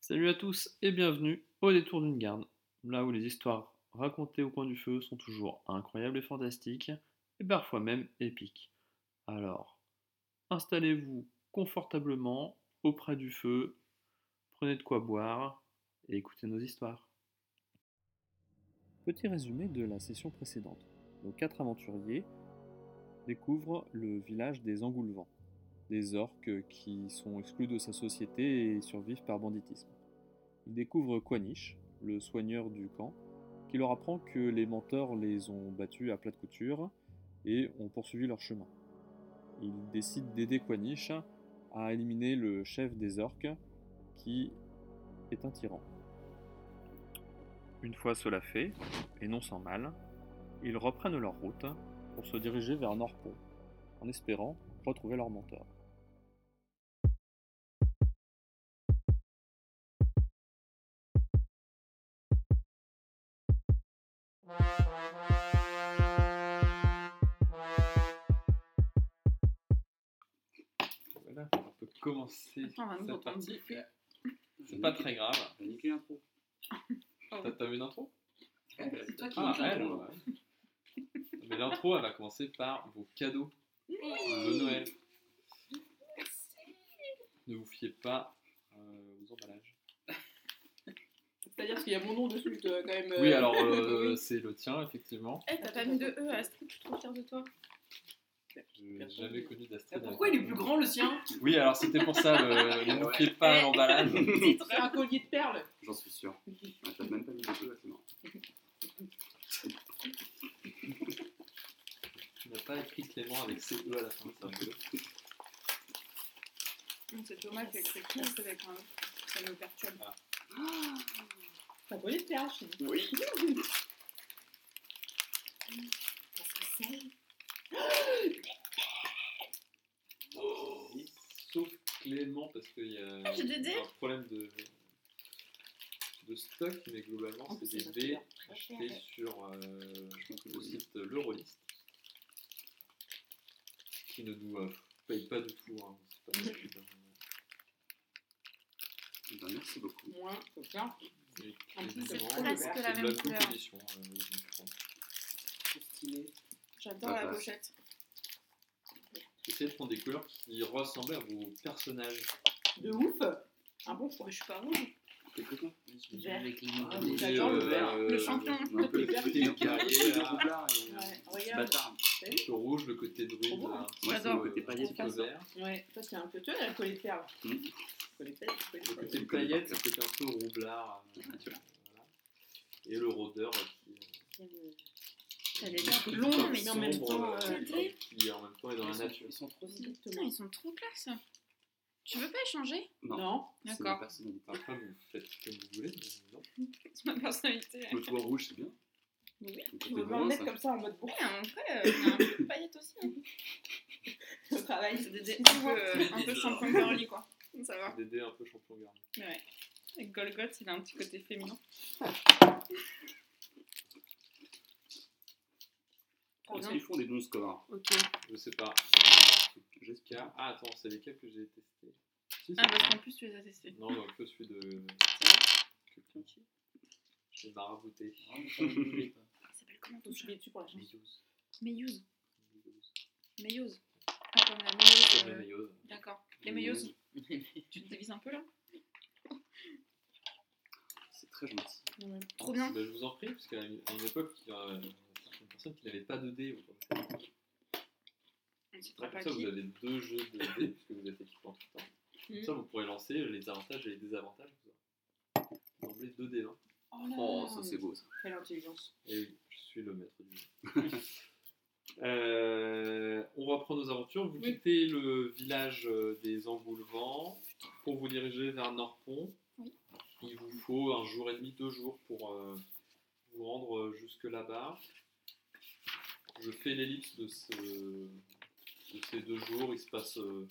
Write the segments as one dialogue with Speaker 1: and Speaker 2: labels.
Speaker 1: Salut à tous et bienvenue au détour d'une garde, là où les histoires racontées au coin du feu sont toujours incroyables et fantastiques, et parfois même épiques. Alors, installez-vous confortablement auprès du feu, prenez de quoi boire et écoutez nos histoires. Petit résumé de la session précédente. Nos quatre aventuriers découvrent le village des Engoulevents des orques qui sont exclus de sa société et survivent par banditisme. Ils découvrent Quanish, le soigneur du camp, qui leur apprend que les mentors les ont battus à plat de couture et ont poursuivi leur chemin. Ils décident d'aider Quanish à éliminer le chef des orques, qui est un tyran. Une fois cela fait, et non sans mal, ils reprennent leur route pour se diriger vers Norpont, en espérant retrouver leur mentor. Voilà, on peut commencer.
Speaker 2: Attends, on va nous
Speaker 1: cette
Speaker 2: entendre
Speaker 1: partie.
Speaker 2: bouffer.
Speaker 1: C'est pas très grave.
Speaker 3: T'as niqué l'intro.
Speaker 1: T'as t'as vu l'intro
Speaker 2: C'est toi qui
Speaker 1: Ah,
Speaker 2: manques
Speaker 1: elle,
Speaker 2: l'intro.
Speaker 1: ouais. Mais l'intro, elle va commencer par vos cadeaux de Noël. Ne vous fiez pas euh, aux emballages.
Speaker 2: C'est-à-dire qu'il y a mon nom dessus, euh, quand même. euh,
Speaker 1: Oui, alors
Speaker 2: oui.
Speaker 1: euh, c'est le tien, effectivement.
Speaker 4: Eh, t'as pas mis de E, Astrid, je suis trop fière de toi.
Speaker 1: Je n'ai jamais connu
Speaker 2: Euh,
Speaker 1: d'Astrid.
Speaker 2: Pourquoi il est plus grand le sien
Speaker 1: Oui, alors c'était pour ça, le... ne vous fiez
Speaker 4: Eh.
Speaker 1: pas à l'emballage.
Speaker 2: C'est un collier de perles.
Speaker 3: J'en suis sûr. Ah, T'as même pas mis le jeu, c'est marrant.
Speaker 1: Tu n'as pas écrit Clément avec ses E à la fin, c'est rigolo.
Speaker 4: C'est dommage, j'ai écrit Kiss avec un. Ça me perturbe.
Speaker 2: C'est un collier de perles. chérie.
Speaker 3: Oui.
Speaker 4: Qu'est-ce que c'est
Speaker 1: Sauf Clément, parce qu'il y a
Speaker 4: Ah, j'ai des dés
Speaker 1: un problème de... de stock, mais globalement,
Speaker 4: Oh,
Speaker 1: c'est
Speaker 4: c'est
Speaker 1: des dés
Speaker 4: très cher.
Speaker 1: achetés sur euh,
Speaker 3: Je pense que
Speaker 1: le
Speaker 3: oui.
Speaker 1: site l'Eurolist, qui ne nous euh, paye pas du tout. hein. C'est pas nous qui donnons-
Speaker 3: Eh ben, merci beaucoup.
Speaker 2: Moins, comme ça.
Speaker 1: Et-
Speaker 2: En plus,
Speaker 1: et
Speaker 2: c'est
Speaker 1: vraiment,
Speaker 2: presque
Speaker 1: c'est
Speaker 4: la
Speaker 1: de
Speaker 4: même
Speaker 1: la
Speaker 4: couleur.
Speaker 1: compétition, euh, je crois.
Speaker 2: C'est stylé.
Speaker 4: J'adore
Speaker 3: Ah,
Speaker 4: la
Speaker 3: bah.
Speaker 4: pochette.
Speaker 1: Essayez de prendre des couleurs qui ressemblaient à vos personnages.
Speaker 2: De ouf. Un bon choix.
Speaker 4: Mais je suis pas rouge.
Speaker 3: T'es content
Speaker 2: Vert.
Speaker 3: Ah,
Speaker 2: mais
Speaker 3: mais
Speaker 2: j'adore le vert.
Speaker 1: euh,
Speaker 3: Euh,
Speaker 4: Le champion.
Speaker 3: On a un peu le
Speaker 2: Vert.
Speaker 3: côté guerrier,
Speaker 1: Ouais.
Speaker 3: le roublard et euh,
Speaker 2: Ouais,
Speaker 3: ce
Speaker 2: regarde.
Speaker 3: bâtard.
Speaker 1: Le rouge, le côté druide.
Speaker 2: Trop beau,
Speaker 1: là.
Speaker 2: hein.
Speaker 3: Moi, c'est
Speaker 4: J'adore.
Speaker 3: le côté
Speaker 1: Un
Speaker 3: paillettes.
Speaker 1: petit peu vert.
Speaker 2: Ouais, toi, c'est un peu. Tu vois, il y a le collier de perles.
Speaker 3: Hmm.
Speaker 2: Collier de perles, collier de
Speaker 1: Le
Speaker 2: perles.
Speaker 1: côté
Speaker 3: Je connais
Speaker 1: paillette,
Speaker 3: par
Speaker 1: le côté un peu roublard. euh, voilà. Et le rôdeur euh, qui,
Speaker 4: T'as des dents longues, mais en même
Speaker 1: Sombre,
Speaker 4: temps.
Speaker 1: euh,
Speaker 4: euh,
Speaker 1: qui en même temps est dans la
Speaker 3: Ils sont-
Speaker 1: nature.
Speaker 3: Ils sont trop stylés.
Speaker 4: Putain,
Speaker 2: Exactement.
Speaker 4: ils sont trop classe. Tu veux pas échanger
Speaker 3: Non,
Speaker 2: Non.
Speaker 3: c'est ma
Speaker 4: D'accord.
Speaker 3: personnalité.
Speaker 1: Après, vous faites comme vous voulez, mais non.
Speaker 4: C'est ma personnalité.
Speaker 3: Le toit rouge, c'est bien.
Speaker 4: Oui.
Speaker 3: Le
Speaker 2: Tu
Speaker 3: côté
Speaker 2: veux pas
Speaker 3: blanc,
Speaker 2: me
Speaker 3: ça-
Speaker 2: mettre comme ça en mode bourre
Speaker 4: Ouais, en vrai, euh, on a un peu de paillettes aussi. hein.
Speaker 2: au travail
Speaker 4: C'est des dés un peu, euh, un peu champion girly, quoi. Ça va.
Speaker 1: Dédé un peu champion garni.
Speaker 4: Mais ouais. Et Golgoth, il a un petit côté féminin.
Speaker 3: Est-ce qu'ils font des bons scores
Speaker 4: Ok.
Speaker 1: Je sais pas.
Speaker 3: J'espère.
Speaker 1: Jessica. Ah, attends, c'est lesquels que j'ai testés Si, c'est
Speaker 4: Ah, parce
Speaker 1: ça.
Speaker 4: qu'en plus, tu les as testés.
Speaker 1: Non, donc je suis de. J'ai marabouté.
Speaker 4: Il s'appelle comment
Speaker 2: Je
Speaker 4: ton
Speaker 2: suis
Speaker 4: chat
Speaker 2: dessus pour la chanson.
Speaker 4: Meyouz. Meyouz. Ah, comme la meyouz.
Speaker 1: Comme
Speaker 4: euh,
Speaker 1: les maillots.
Speaker 4: D'accord. Les
Speaker 3: Mmh.
Speaker 4: meyouz. Tu te dévises un peu là
Speaker 3: C'est très gentil.
Speaker 4: Trop bien.
Speaker 1: Bah, je vous en prie, parce qu'à une à une époque, il y a euh, certaines personnes qui n'avaient pas de dés. Vous comprenez
Speaker 4: On ne citera
Speaker 1: Comme
Speaker 4: pas
Speaker 1: ça, vous
Speaker 4: qui.
Speaker 1: avez deux jeux de dés, puisque vous êtes équipés en tout temps. Comme
Speaker 4: Mhm.
Speaker 1: ça, vous pourrez lancer les avantages et les désavantages. Vous enlevez deux dés. hein.
Speaker 4: Oh là
Speaker 3: Oh,
Speaker 4: là.
Speaker 3: ça c'est beau ça.
Speaker 2: Quelle intelligence.
Speaker 1: Et Eh oui, je suis le maître du jeu. Euh, on reprend nos aventures. Vous
Speaker 2: Oui.
Speaker 1: quittez le village euh, des Engoulevents pour vous diriger vers Norpont.
Speaker 4: Oui.
Speaker 1: Il vous faut un jour et demi, deux jours pour euh, vous rendre euh, jusque là-bas. Je fais l'ellipse de, ce- de ces deux jours. Il se passe euh,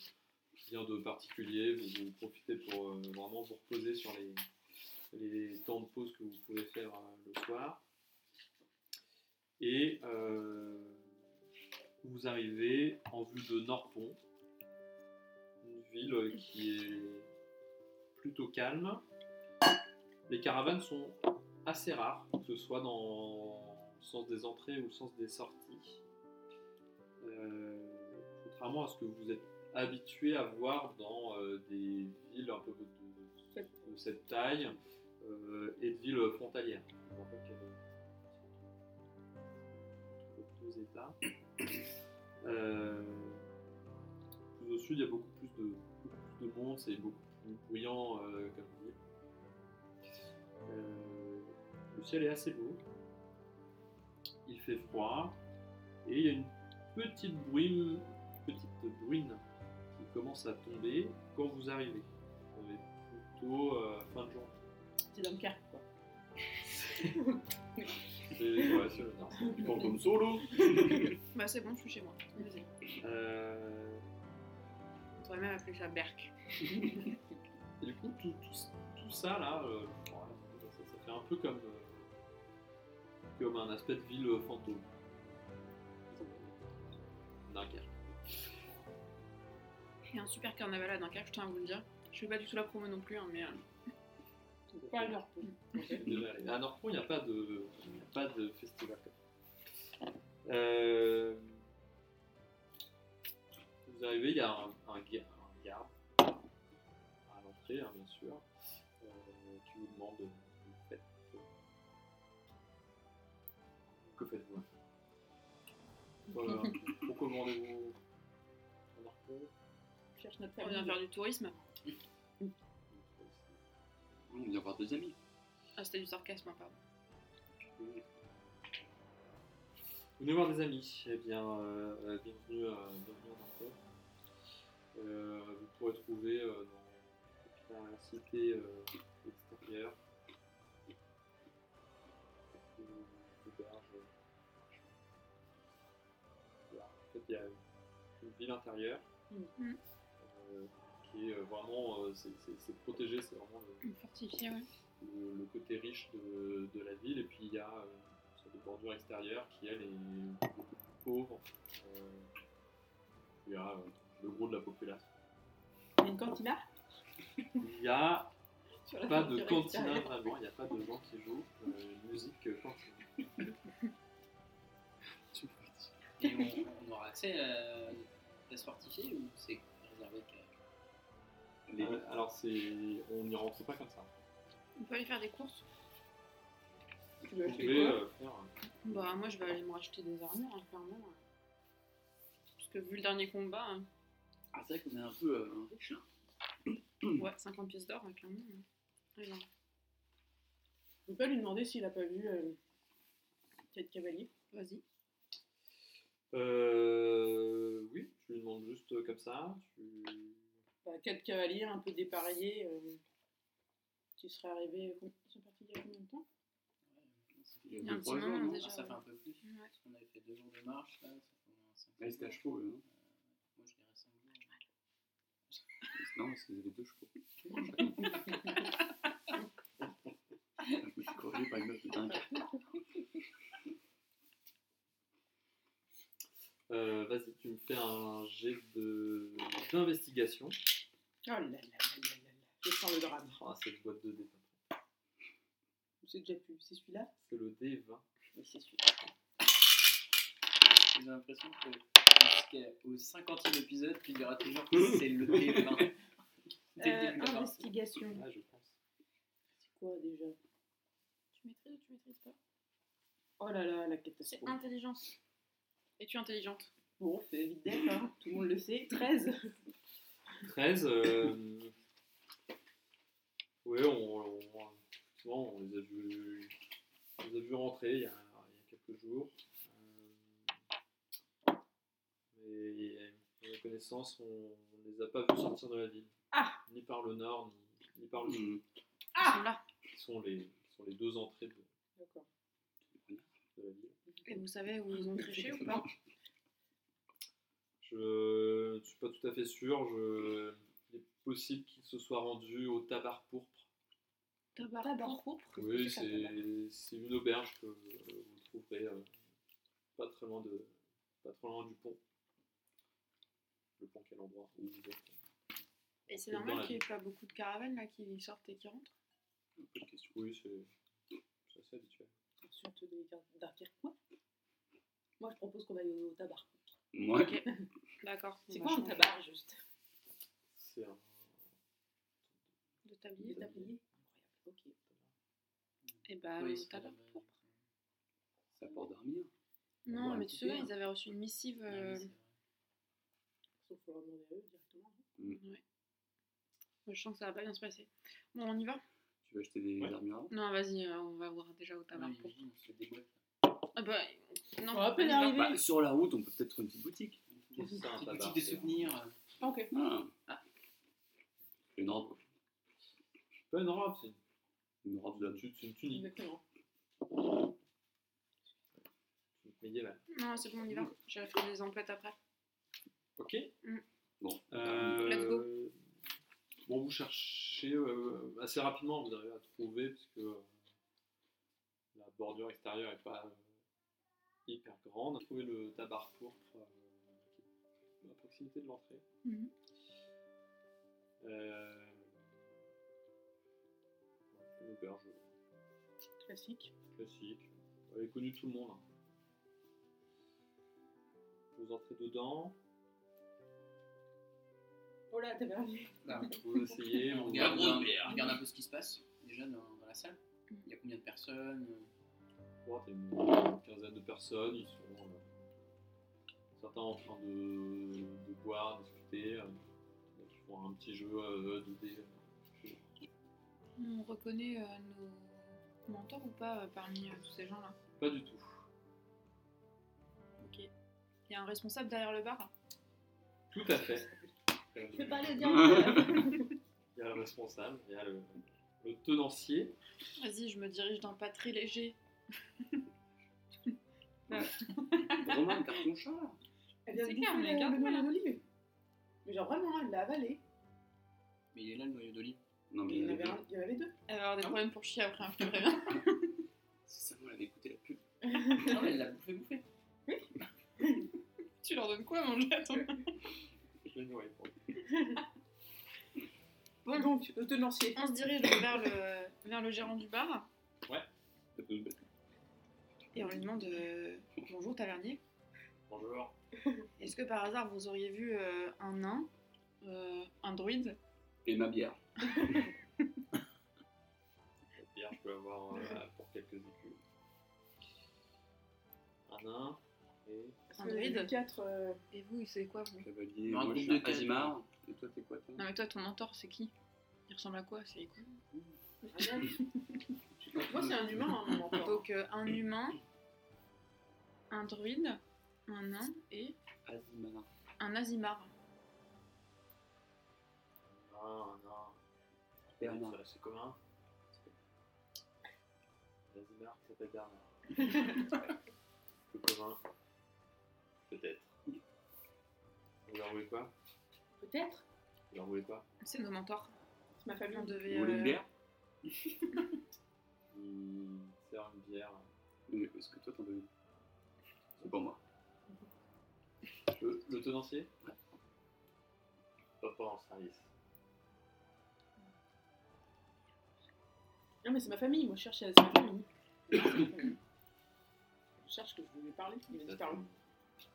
Speaker 1: rien de particulier. Vous, vous profitez pour euh, vraiment vous reposer sur les, les temps de pause que vous pouvez faire euh, le soir. Et euh, vous arrivez en vue de Norpont, une ville qui est plutôt calme, Les caravanes sont assez rares, que ce soit dans le sens des entrées ou le sens des sorties. Euh, contrairement à ce que vous êtes habitué à voir dans euh, des villes un peu de, de cette taille euh, et de villes frontalières. Je vois pas qu'il y a de- de- de- deux États. Euh, plus au sud, il y a beaucoup plus de, beaucoup plus de monde, c'est beaucoup plus bruyant euh, comme ville. Euh, le ciel est assez beau. Il fait froid. Et il y a une petite brume, petite bruine qui commence à tomber quand vous arrivez. On est plutôt euh, fin de journée.
Speaker 2: C'est Dunkerque, quoi.
Speaker 1: C'est- ouais, c'est le nord.
Speaker 5: Tu parles comme solo
Speaker 4: Bah c'est bon, je suis chez moi. Vas-y.
Speaker 1: Euh,
Speaker 4: On pourrait même appeler ça Berk.
Speaker 1: Et du coup, tout, tout- tout ça là, euh, voilà, ça, ça fait un peu comme, euh, comme un aspect de ville fantôme. Dunkerque.
Speaker 4: Il y a un super carnaval à Dunkerque, je tiens à vous le dire. Je fais pas du tout la promo non plus, hein, mais euh,
Speaker 2: Pas à leur peau.
Speaker 1: Déjà, allez. À Norpont, il n'y a pas de, il n'y a pas de festival comme ça. Euh, vous arrivez, il y a un, un, ga- un garde à l'entrée, hein, bien sûr, euh, qui vous demande euh, vous faites- que faites-vous. hein Voilà. Pourquoi demandez-vous à Norpont
Speaker 2: On cherche notre
Speaker 4: on
Speaker 2: famille.
Speaker 4: vient faire du tourisme.
Speaker 5: On vient voir deux amis.
Speaker 4: Ah, c'était du sarcasme, hein, pardon.
Speaker 1: Venez voir des amis. Eh bien, euh, euh, bienvenue, à bienvenue à Nanterre. Euh, vous pourrez trouver euh, dans la cité euh, extérieure une auberge. Voilà. En fait, il y a une ville intérieure
Speaker 4: Mhm.
Speaker 1: euh, qui est euh, vraiment, euh, c'est- c'est c'est protégé, c'est vraiment le,
Speaker 4: Fortifié, ouais.
Speaker 1: le, le côté riche de, de la ville, et puis il y a euh, une sorte de bordure extérieure qui, elle, est beaucoup plus pauvre. Euh, il y a euh, le gros de la population.
Speaker 2: Il y a une cantina
Speaker 1: Il n'y a
Speaker 2: sur la
Speaker 1: pas de
Speaker 2: frontière
Speaker 1: cantina
Speaker 2: extérieure.
Speaker 1: vraiment, il n'y a pas de gens qui jouent euh, une musique euh, cantine.
Speaker 5: C'est parti.
Speaker 3: Et on, on aura accès à une place fortifiée ou c'est réservé qu'à.
Speaker 5: Les-
Speaker 1: Euh, alors, c'est, on n'y rentre pas comme ça.
Speaker 4: On peut aller faire des courses
Speaker 2: Tu veux
Speaker 1: Vous
Speaker 2: acheter
Speaker 1: pouvez
Speaker 2: quoi
Speaker 1: euh, faire un-
Speaker 4: Bah, moi je vais aller me racheter des armures, hein, clairement. hein. Parce que vu le dernier combat, hein,
Speaker 5: Ah, c'est vrai qu'on est un peu euh, riche, hein.
Speaker 4: ouais, 50 pièces d'or, hein, clairement. hein. Ouais, non.
Speaker 2: On peut lui demander s'il a pas vu euh, Kate Cavalier.
Speaker 4: Vas-y.
Speaker 1: Euh, oui, tu lui demandes juste euh, comme ça. Tu...
Speaker 2: Bah, Kate Cavalier, un peu dépareillé, euh, qui serait arrivé. euh, Ils sont partis il y a combien de temps
Speaker 4: Il y a un
Speaker 5: deux,
Speaker 4: petit
Speaker 5: trois
Speaker 4: moment,
Speaker 5: non
Speaker 4: déjà.
Speaker 3: Ah, ça fait un peu plus.
Speaker 4: Ouais.
Speaker 3: Parce qu'on avait fait deux jours de marche là, ça fait au moins cinq
Speaker 5: Ah, c'était à
Speaker 3: jours. Euh,
Speaker 5: chevaux, eux,
Speaker 3: Moi je
Speaker 5: Non, parce
Speaker 3: dirais cinq jours.
Speaker 5: qu'ils avaient deux chevaux. Chacun. Je me suis corrigé par une meuf de dingue.
Speaker 1: Euh, vas-y, tu me fais un jet de... d'investigation.
Speaker 2: Oh là là là là là là. Je sens le drame. Oh,
Speaker 1: Ah, cette boîte de dés.
Speaker 2: C'est déjà plus. C'est celui-là
Speaker 1: C'est le D20.
Speaker 2: Mais c'est celui-là.
Speaker 3: J'ai l'impression que jusqu'au 50 e épisode, tu diras toujours que c'est le
Speaker 4: Euh,
Speaker 3: T20. Dès le début de la
Speaker 2: Euh,
Speaker 3: partie.
Speaker 2: investigation.
Speaker 1: Ah, je pense.
Speaker 2: C'est quoi déjà
Speaker 4: Tu maîtrises ou tu maîtrises pas
Speaker 2: Oh là là, la
Speaker 4: C'est
Speaker 2: catastrophe.
Speaker 4: intelligence. Et tu intelligente
Speaker 2: Bon, fait vite d'être, hein. tout le monde le sait. 13
Speaker 1: 13. euh, Ouais, on, on- effectivement, on les a vus on les a vus rentrer il y a, il y a quelques jours. Euh, Mais à mes connaissances, on ne les a pas vus sortir de la ville.
Speaker 2: Ah
Speaker 1: Ni par le nord, ni, ni par le
Speaker 3: Mm.
Speaker 1: sud.
Speaker 5: Hum,
Speaker 4: Ils sont là.
Speaker 1: Qui sont les, qui sont les deux entrées de,
Speaker 2: D'accord.
Speaker 1: de la ville.
Speaker 4: Et vous savez où ils ont triché ou pas
Speaker 1: Je ne suis pas tout à fait sûr. Je... Il est possible qu'il se soit rendu au tabar pourpre.
Speaker 4: Tabac, pourpre.
Speaker 1: Oui,
Speaker 2: Qu'est-ce que c'est qu'un
Speaker 1: c'est c'est une auberge que euh, vous trouverez euh, pas, très loin de, pas très loin du pont. Le pont, quel endroit où vous êtes
Speaker 4: Et c'est
Speaker 1: Dans
Speaker 4: normal
Speaker 1: la
Speaker 4: qu'il n'y ait pas beaucoup de caravanes là qui sortent et qui rentrent
Speaker 1: Pas de question. Oui, c'est c'est assez habituel.
Speaker 2: Insulte de Gar- d'Arquerquois. Moi, je propose qu'on aille au tabac.
Speaker 6: Moi,
Speaker 4: Ok. D'accord.
Speaker 2: C'est
Speaker 4: On
Speaker 2: quoi
Speaker 4: va
Speaker 2: un
Speaker 4: changer
Speaker 2: tabac, juste
Speaker 1: C'est un.
Speaker 4: De tablier.
Speaker 2: Tablier. Incroyable. Ok.
Speaker 4: Et bah,
Speaker 3: Ah Oui,
Speaker 4: le
Speaker 3: c'est
Speaker 4: tabac.
Speaker 3: la-
Speaker 6: ça pour dormir.
Speaker 4: Non,
Speaker 6: Ouais,
Speaker 4: mais tu te souviens, ils avaient reçu une missive.
Speaker 3: Ah oui,
Speaker 4: euh,
Speaker 3: c'est vrai.
Speaker 2: Sauf qu'on va demander à eux directement.
Speaker 4: Je sens que ça va pas bien se passer. Bon, on y va
Speaker 6: Tu veux acheter des
Speaker 1: Ouais.
Speaker 6: armures avant
Speaker 4: Non, vas-y, euh, on va voir déjà au tabac.
Speaker 3: Ouais, imagine, on se fait des boîtes.
Speaker 4: Ah bah, non.
Speaker 2: On va à peine
Speaker 4: y va.
Speaker 2: arriver.
Speaker 6: Bah, Sur la route, on peut peut-être trouver une petite boutique.
Speaker 1: C'est ça, un
Speaker 3: Des
Speaker 1: tabac,
Speaker 3: boutiques de
Speaker 1: c'est-
Speaker 3: souvenirs. euh,
Speaker 2: Ah, ok.
Speaker 6: Ah.
Speaker 3: Ah.
Speaker 6: Une robe.
Speaker 1: Pas une robe, c'est
Speaker 6: Une robe de
Speaker 1: une, tu- c'est une tunique.
Speaker 2: Exactement.
Speaker 1: Une tunique médiévale.
Speaker 4: Non, c'est bon, on y va. J'ai fait des emplettes après.
Speaker 1: Ok.
Speaker 4: Mm.
Speaker 6: Bon.
Speaker 1: Euh,
Speaker 4: Let's
Speaker 1: Bon, vous cherchez euh, assez rapidement, vous arrivez à trouver, parce que euh, la bordure extérieure n'est pas euh, hyper grande. Vous trouvez le tabac pourpre euh, qui est à proximité de l'entrée.
Speaker 4: Mhm.
Speaker 1: Euh, une auberge
Speaker 2: Classique.
Speaker 1: classique. Elle est connue de tout le monde. hein. Vous entrez dedans,
Speaker 2: Oh là, tabernier.
Speaker 1: vous essayez,
Speaker 3: On
Speaker 1: on
Speaker 3: regarde,
Speaker 1: vous-
Speaker 3: on Bah, regarde un peu ce qui se passe déjà dans, dans la salle. Il y a combien de personnes euh,
Speaker 1: droite, il y a une quinzaine de personnes, ils sont euh, certains en train de, de boire, discuter, euh, donc ils font un petit jeu euh, de dés.
Speaker 4: On reconnaît euh, nos mentors ou pas euh, parmi euh, tous ces gens-là
Speaker 1: Pas du tout.
Speaker 4: Ok. Il y a un responsable derrière le bar
Speaker 1: Tout à fait.
Speaker 2: Je vais
Speaker 1: Il
Speaker 2: pas le dire.
Speaker 1: y a le responsable, il y a le, le tenancier.
Speaker 4: Vas-y, je me dirige d'un pas très léger.
Speaker 6: Romain, garde ton chat. là.
Speaker 2: Elle vient de
Speaker 4: C'est clair,
Speaker 2: bouffer
Speaker 4: mais
Speaker 2: le-
Speaker 4: garde-moi
Speaker 2: le noyau
Speaker 4: là.
Speaker 2: d'olive. Mais genre vraiment, elle l'a avalé.
Speaker 3: Mais il est là le noyau d'olive.
Speaker 6: Non, mais
Speaker 2: Il y en
Speaker 6: euh,
Speaker 2: avait un- il y en avait deux.
Speaker 4: Elle va avoir des problèmes pour chier après, hein, je te préviens.
Speaker 6: si seulement elle avait écouté la pub.
Speaker 3: Non, mais elle l'a bouffé, bouffé.
Speaker 4: Tu leur donnes quoi à manger à ton-
Speaker 1: Je vais nourrir pour lui.
Speaker 4: Bon.
Speaker 2: Donc, le tenancier.
Speaker 4: On se dirige donc vers le, vers le gérant du bar et on lui demande euh, Bonjour tavernier,
Speaker 1: Bonjour.
Speaker 4: est-ce que par hasard vous auriez vu euh, un nain, euh, un druide
Speaker 6: Et ma bière.
Speaker 1: Au pire, je peux avoir euh, pour quelques écus. Un nain. Et...
Speaker 4: Un druide.
Speaker 2: Les quatre. euh,
Speaker 4: Et vous, c'est quoi vous
Speaker 6: Cavalier,
Speaker 3: Dans un
Speaker 6: moi je
Speaker 3: groupe
Speaker 6: suis
Speaker 3: de
Speaker 6: un
Speaker 3: quatre.
Speaker 6: Azimar. Et toi, t'es quoi toi
Speaker 4: Non mais toi, ton mentor, c'est qui Il ressemble à quoi C'est quoi
Speaker 2: un homme. Moi, c'est un humain, hein, mon mentor.
Speaker 4: Donc euh, un humain, un druide, un nain et
Speaker 6: Azimar.
Speaker 4: un azimar.
Speaker 1: Un nain.
Speaker 6: Bernard.
Speaker 1: Ça, C'est commun. Azimar qui s'appelle Bernard. C'est commun. Peut-être. Vous leur voulez quoi
Speaker 2: Peut-être.
Speaker 1: Vous leur voulez quoi
Speaker 4: C'est nos mentors.
Speaker 2: C'est ma famille.
Speaker 4: On devait...
Speaker 6: Vous voulez une
Speaker 4: euh,
Speaker 6: bière
Speaker 1: Il sert une bière.
Speaker 6: Mais Est-ce que toi t'en veux une C'est pour moi.
Speaker 1: Le, le tenancier Papa en service.
Speaker 2: Non, mais c'est ma famille. Moi, je cherche. C'est ma famille. Non, c'est ma famille. Je cherche que je voulais parler. Il a disparu. Oui, c'est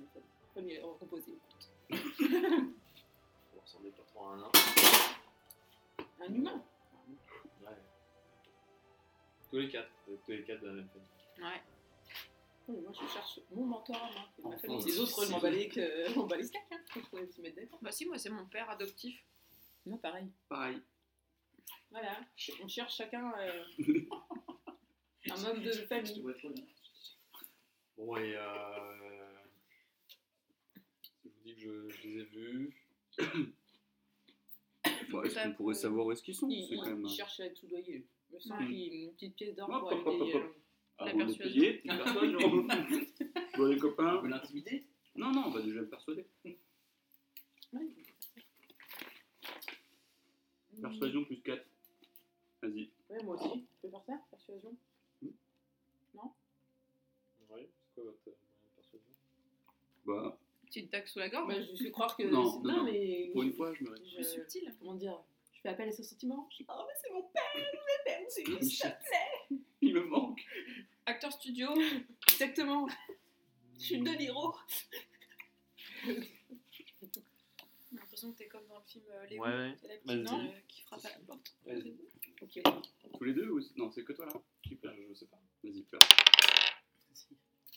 Speaker 2: ma famille. Famille euh, recomposée.
Speaker 1: Vous ressemblez pas trop à un nain.
Speaker 2: Un humain.
Speaker 1: Ouais. Tous les quatre. Vous êtes Tous les quatre de la même famille.
Speaker 4: Ouais.
Speaker 2: Non, mais moi, je cherche mon mentor. à moi. C'est ma
Speaker 6: Enfin,
Speaker 2: famille. Les autres, je m'en
Speaker 6: c'est-
Speaker 2: balais que. Je m'en balais cac. Hein. Je pourrais se mettre d'accord.
Speaker 4: Bah si, moi c'est mon père adoptif.
Speaker 2: Non, pareil.
Speaker 6: Pareil.
Speaker 2: Voilà. On cherche chacun. euh, Un homme de
Speaker 3: Je te
Speaker 2: famille.
Speaker 3: vois trop bien.
Speaker 1: Bon, et euh, je vous dis que je, je les ai vus.
Speaker 6: Bon, Est-ce qu'on pourrait savoir où est-ce qu'ils sont
Speaker 2: Il,
Speaker 6: C'est quand
Speaker 2: il-
Speaker 6: même.
Speaker 2: il cherche à être tout doyer. Je sens
Speaker 4: Ouais.
Speaker 2: qu'il une petite pièce d'or
Speaker 6: Hop,
Speaker 2: pour
Speaker 6: hop,
Speaker 2: aller payer,
Speaker 6: hop,
Speaker 2: euh,
Speaker 4: La
Speaker 6: Avant de
Speaker 4: persuasion.
Speaker 6: payer, t'es personne, genre. Bon, les
Speaker 3: On
Speaker 6: copains.
Speaker 3: peut l'intimider
Speaker 6: Non, non, on va déjà le persuader.
Speaker 2: ouais.
Speaker 6: Persuasion plus 4. Vas-y.
Speaker 2: Ouais, moi aussi. Tu peux faire ça Persuasion
Speaker 1: Ouais, c'est quoi votre euh, moyen de persuasion
Speaker 6: Bah,
Speaker 4: Petite taxe sous la gorge. Euh,
Speaker 2: bah, Je lui fais croire que.
Speaker 6: Non,
Speaker 2: c'est-
Speaker 6: non, non.
Speaker 2: mais.
Speaker 6: pour une fois, je me réponds.
Speaker 2: je-
Speaker 4: Plus subtil.
Speaker 2: Comment dire Je fais appel à ce sentiment. Je dis, Oh, mais c'est mon père c'est une chatte.
Speaker 6: Il me manque.
Speaker 4: Acteur studio. Exactement.
Speaker 2: Je suis de l'héros.
Speaker 4: J'ai l'impression que t'es comme dans le film euh, Léon.
Speaker 7: Ouais.
Speaker 4: C'est la petite
Speaker 7: Vas-y.
Speaker 4: nain, euh, qui frappe à la porte.
Speaker 1: Vas-y.
Speaker 4: Ok.
Speaker 6: Tous les deux ou... Non, c'est que toi là
Speaker 1: Qui pleure, je sais pas.
Speaker 6: Vas-y, pleure.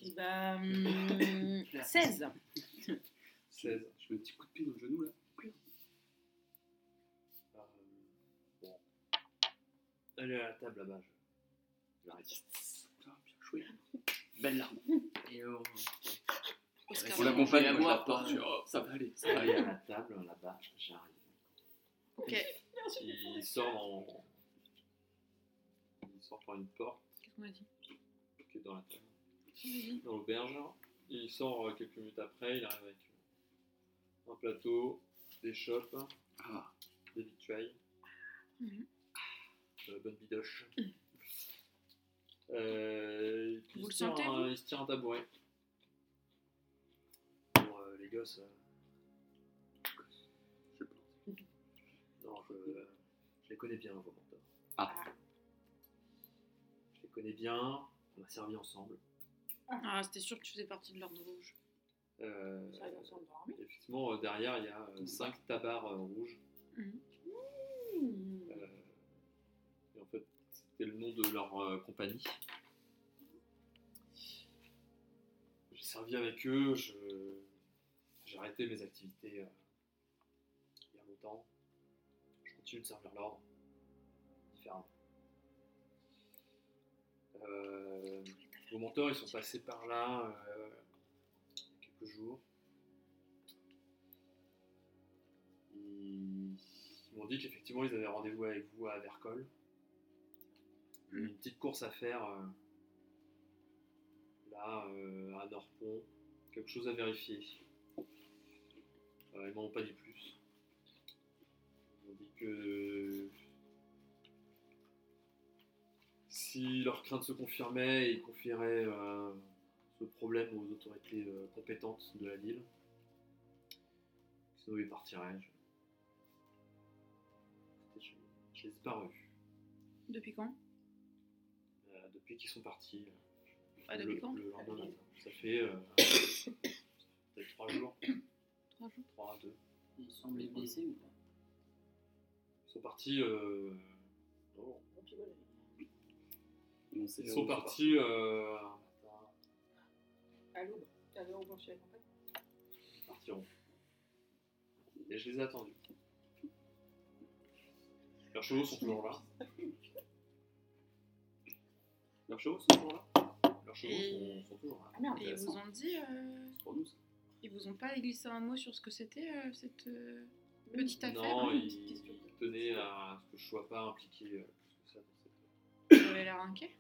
Speaker 2: Et bah. hum, 16.
Speaker 6: 16. Je mets un petit coup de pied dans le genou là.
Speaker 1: Euh, bon. Allez à la table là-bas. Je... J'arrête.
Speaker 6: Putain, bien joué.
Speaker 3: Belle larme. Et euh, on...
Speaker 4: Oscar.
Speaker 6: On l'accompagne,
Speaker 3: Et
Speaker 6: moi je
Speaker 3: moi,
Speaker 6: la porte.
Speaker 3: pardon.
Speaker 6: Oh, ça va aller. Ça va
Speaker 1: Allez
Speaker 6: aller.
Speaker 1: à la table là-bas. J'arrive.
Speaker 4: Ok.
Speaker 1: Il sort en... Il sort par une porte
Speaker 4: Qu'est-ce qu'on a dit
Speaker 1: qui est dans la table. Dans l'auberge. Il sort euh, quelques minutes après. Il arrive avec euh, un plateau, des chopes,
Speaker 6: Ah,
Speaker 1: des victuailles,
Speaker 4: Mhm.
Speaker 1: de la bonne bidoche. Euh, et puis il
Speaker 4: Vous le
Speaker 1: se tient
Speaker 4: sentez,
Speaker 1: un- Il se tient un tabouret. Pour euh, les gosses. euh,
Speaker 6: je plante.
Speaker 1: Non, je, je les connais bien, vos mentors.
Speaker 6: Ah.
Speaker 1: Je les connais bien, on a servi ensemble.
Speaker 4: Ah, c'était sûr que tu faisais partie de l'ordre rouge.
Speaker 1: Euh,
Speaker 2: Ça, ils sont dormis.
Speaker 1: effectivement, euh, derrière, il y a 5 tabards euh, rouges.
Speaker 4: Mhm.
Speaker 2: Mmh.
Speaker 1: Euh, et en fait, c'était le nom de leur euh, compagnie. J'ai servi avec eux, je- j'ai arrêté mes activités euh, il y a longtemps. Je continue de servir l'ordre, différemment. Euh, vos mentors, ils sont passés par là euh, il y a quelques jours. Ils, ils m'ont dit qu'effectivement, ils avaient rendez-vous avec vous à Vercol. J'ai Une petite course à faire euh, là, euh, à Norpont. Quelque chose à vérifier. Euh, ils m'ont pas dit plus. Ils m'ont dit que si leurs craintes se confirmaient, ils confieraient euh, ce problème aux autorités euh, compétentes de la ville. Sinon, ils partiraient. Je- je, je les ai pas revus.
Speaker 4: Depuis quand
Speaker 1: Euh, depuis qu'ils sont partis. euh,
Speaker 4: Ah,
Speaker 1: le,
Speaker 4: depuis quand
Speaker 1: le lendemain matin. Ça fait euh, peut-être 3 jours,
Speaker 4: Trois jours.
Speaker 1: 3 à 2.
Speaker 3: Il semblait blessé ou pas
Speaker 1: Ils sont partis. euh, non,
Speaker 6: Et on sait
Speaker 1: ils
Speaker 6: faire
Speaker 1: sont
Speaker 6: autre chose.
Speaker 1: partis. euh, matin,
Speaker 2: À l'aube. À l'aube, on chien, en fait.
Speaker 1: ils partiront. Et je les ai attendus. Leurs chevaux sont toujours là.
Speaker 6: Leurs chevaux sont toujours là
Speaker 1: Leurs chevaux
Speaker 4: Et-
Speaker 1: sont, sont toujours là.
Speaker 2: Ah merde.
Speaker 4: Et ils vous
Speaker 6: Intéressant.
Speaker 4: ont dit. euh,
Speaker 6: Pour nous, ça.
Speaker 4: Ils vous ont pas glissé un mot sur ce que c'était, euh, cette euh, petite affaire
Speaker 1: non,
Speaker 4: hein,
Speaker 1: ils
Speaker 4: petite question.
Speaker 1: ils tenaient à ce que je sois pas impliqué euh, plus que ça dans cette
Speaker 4: Vous avez l'air inquiet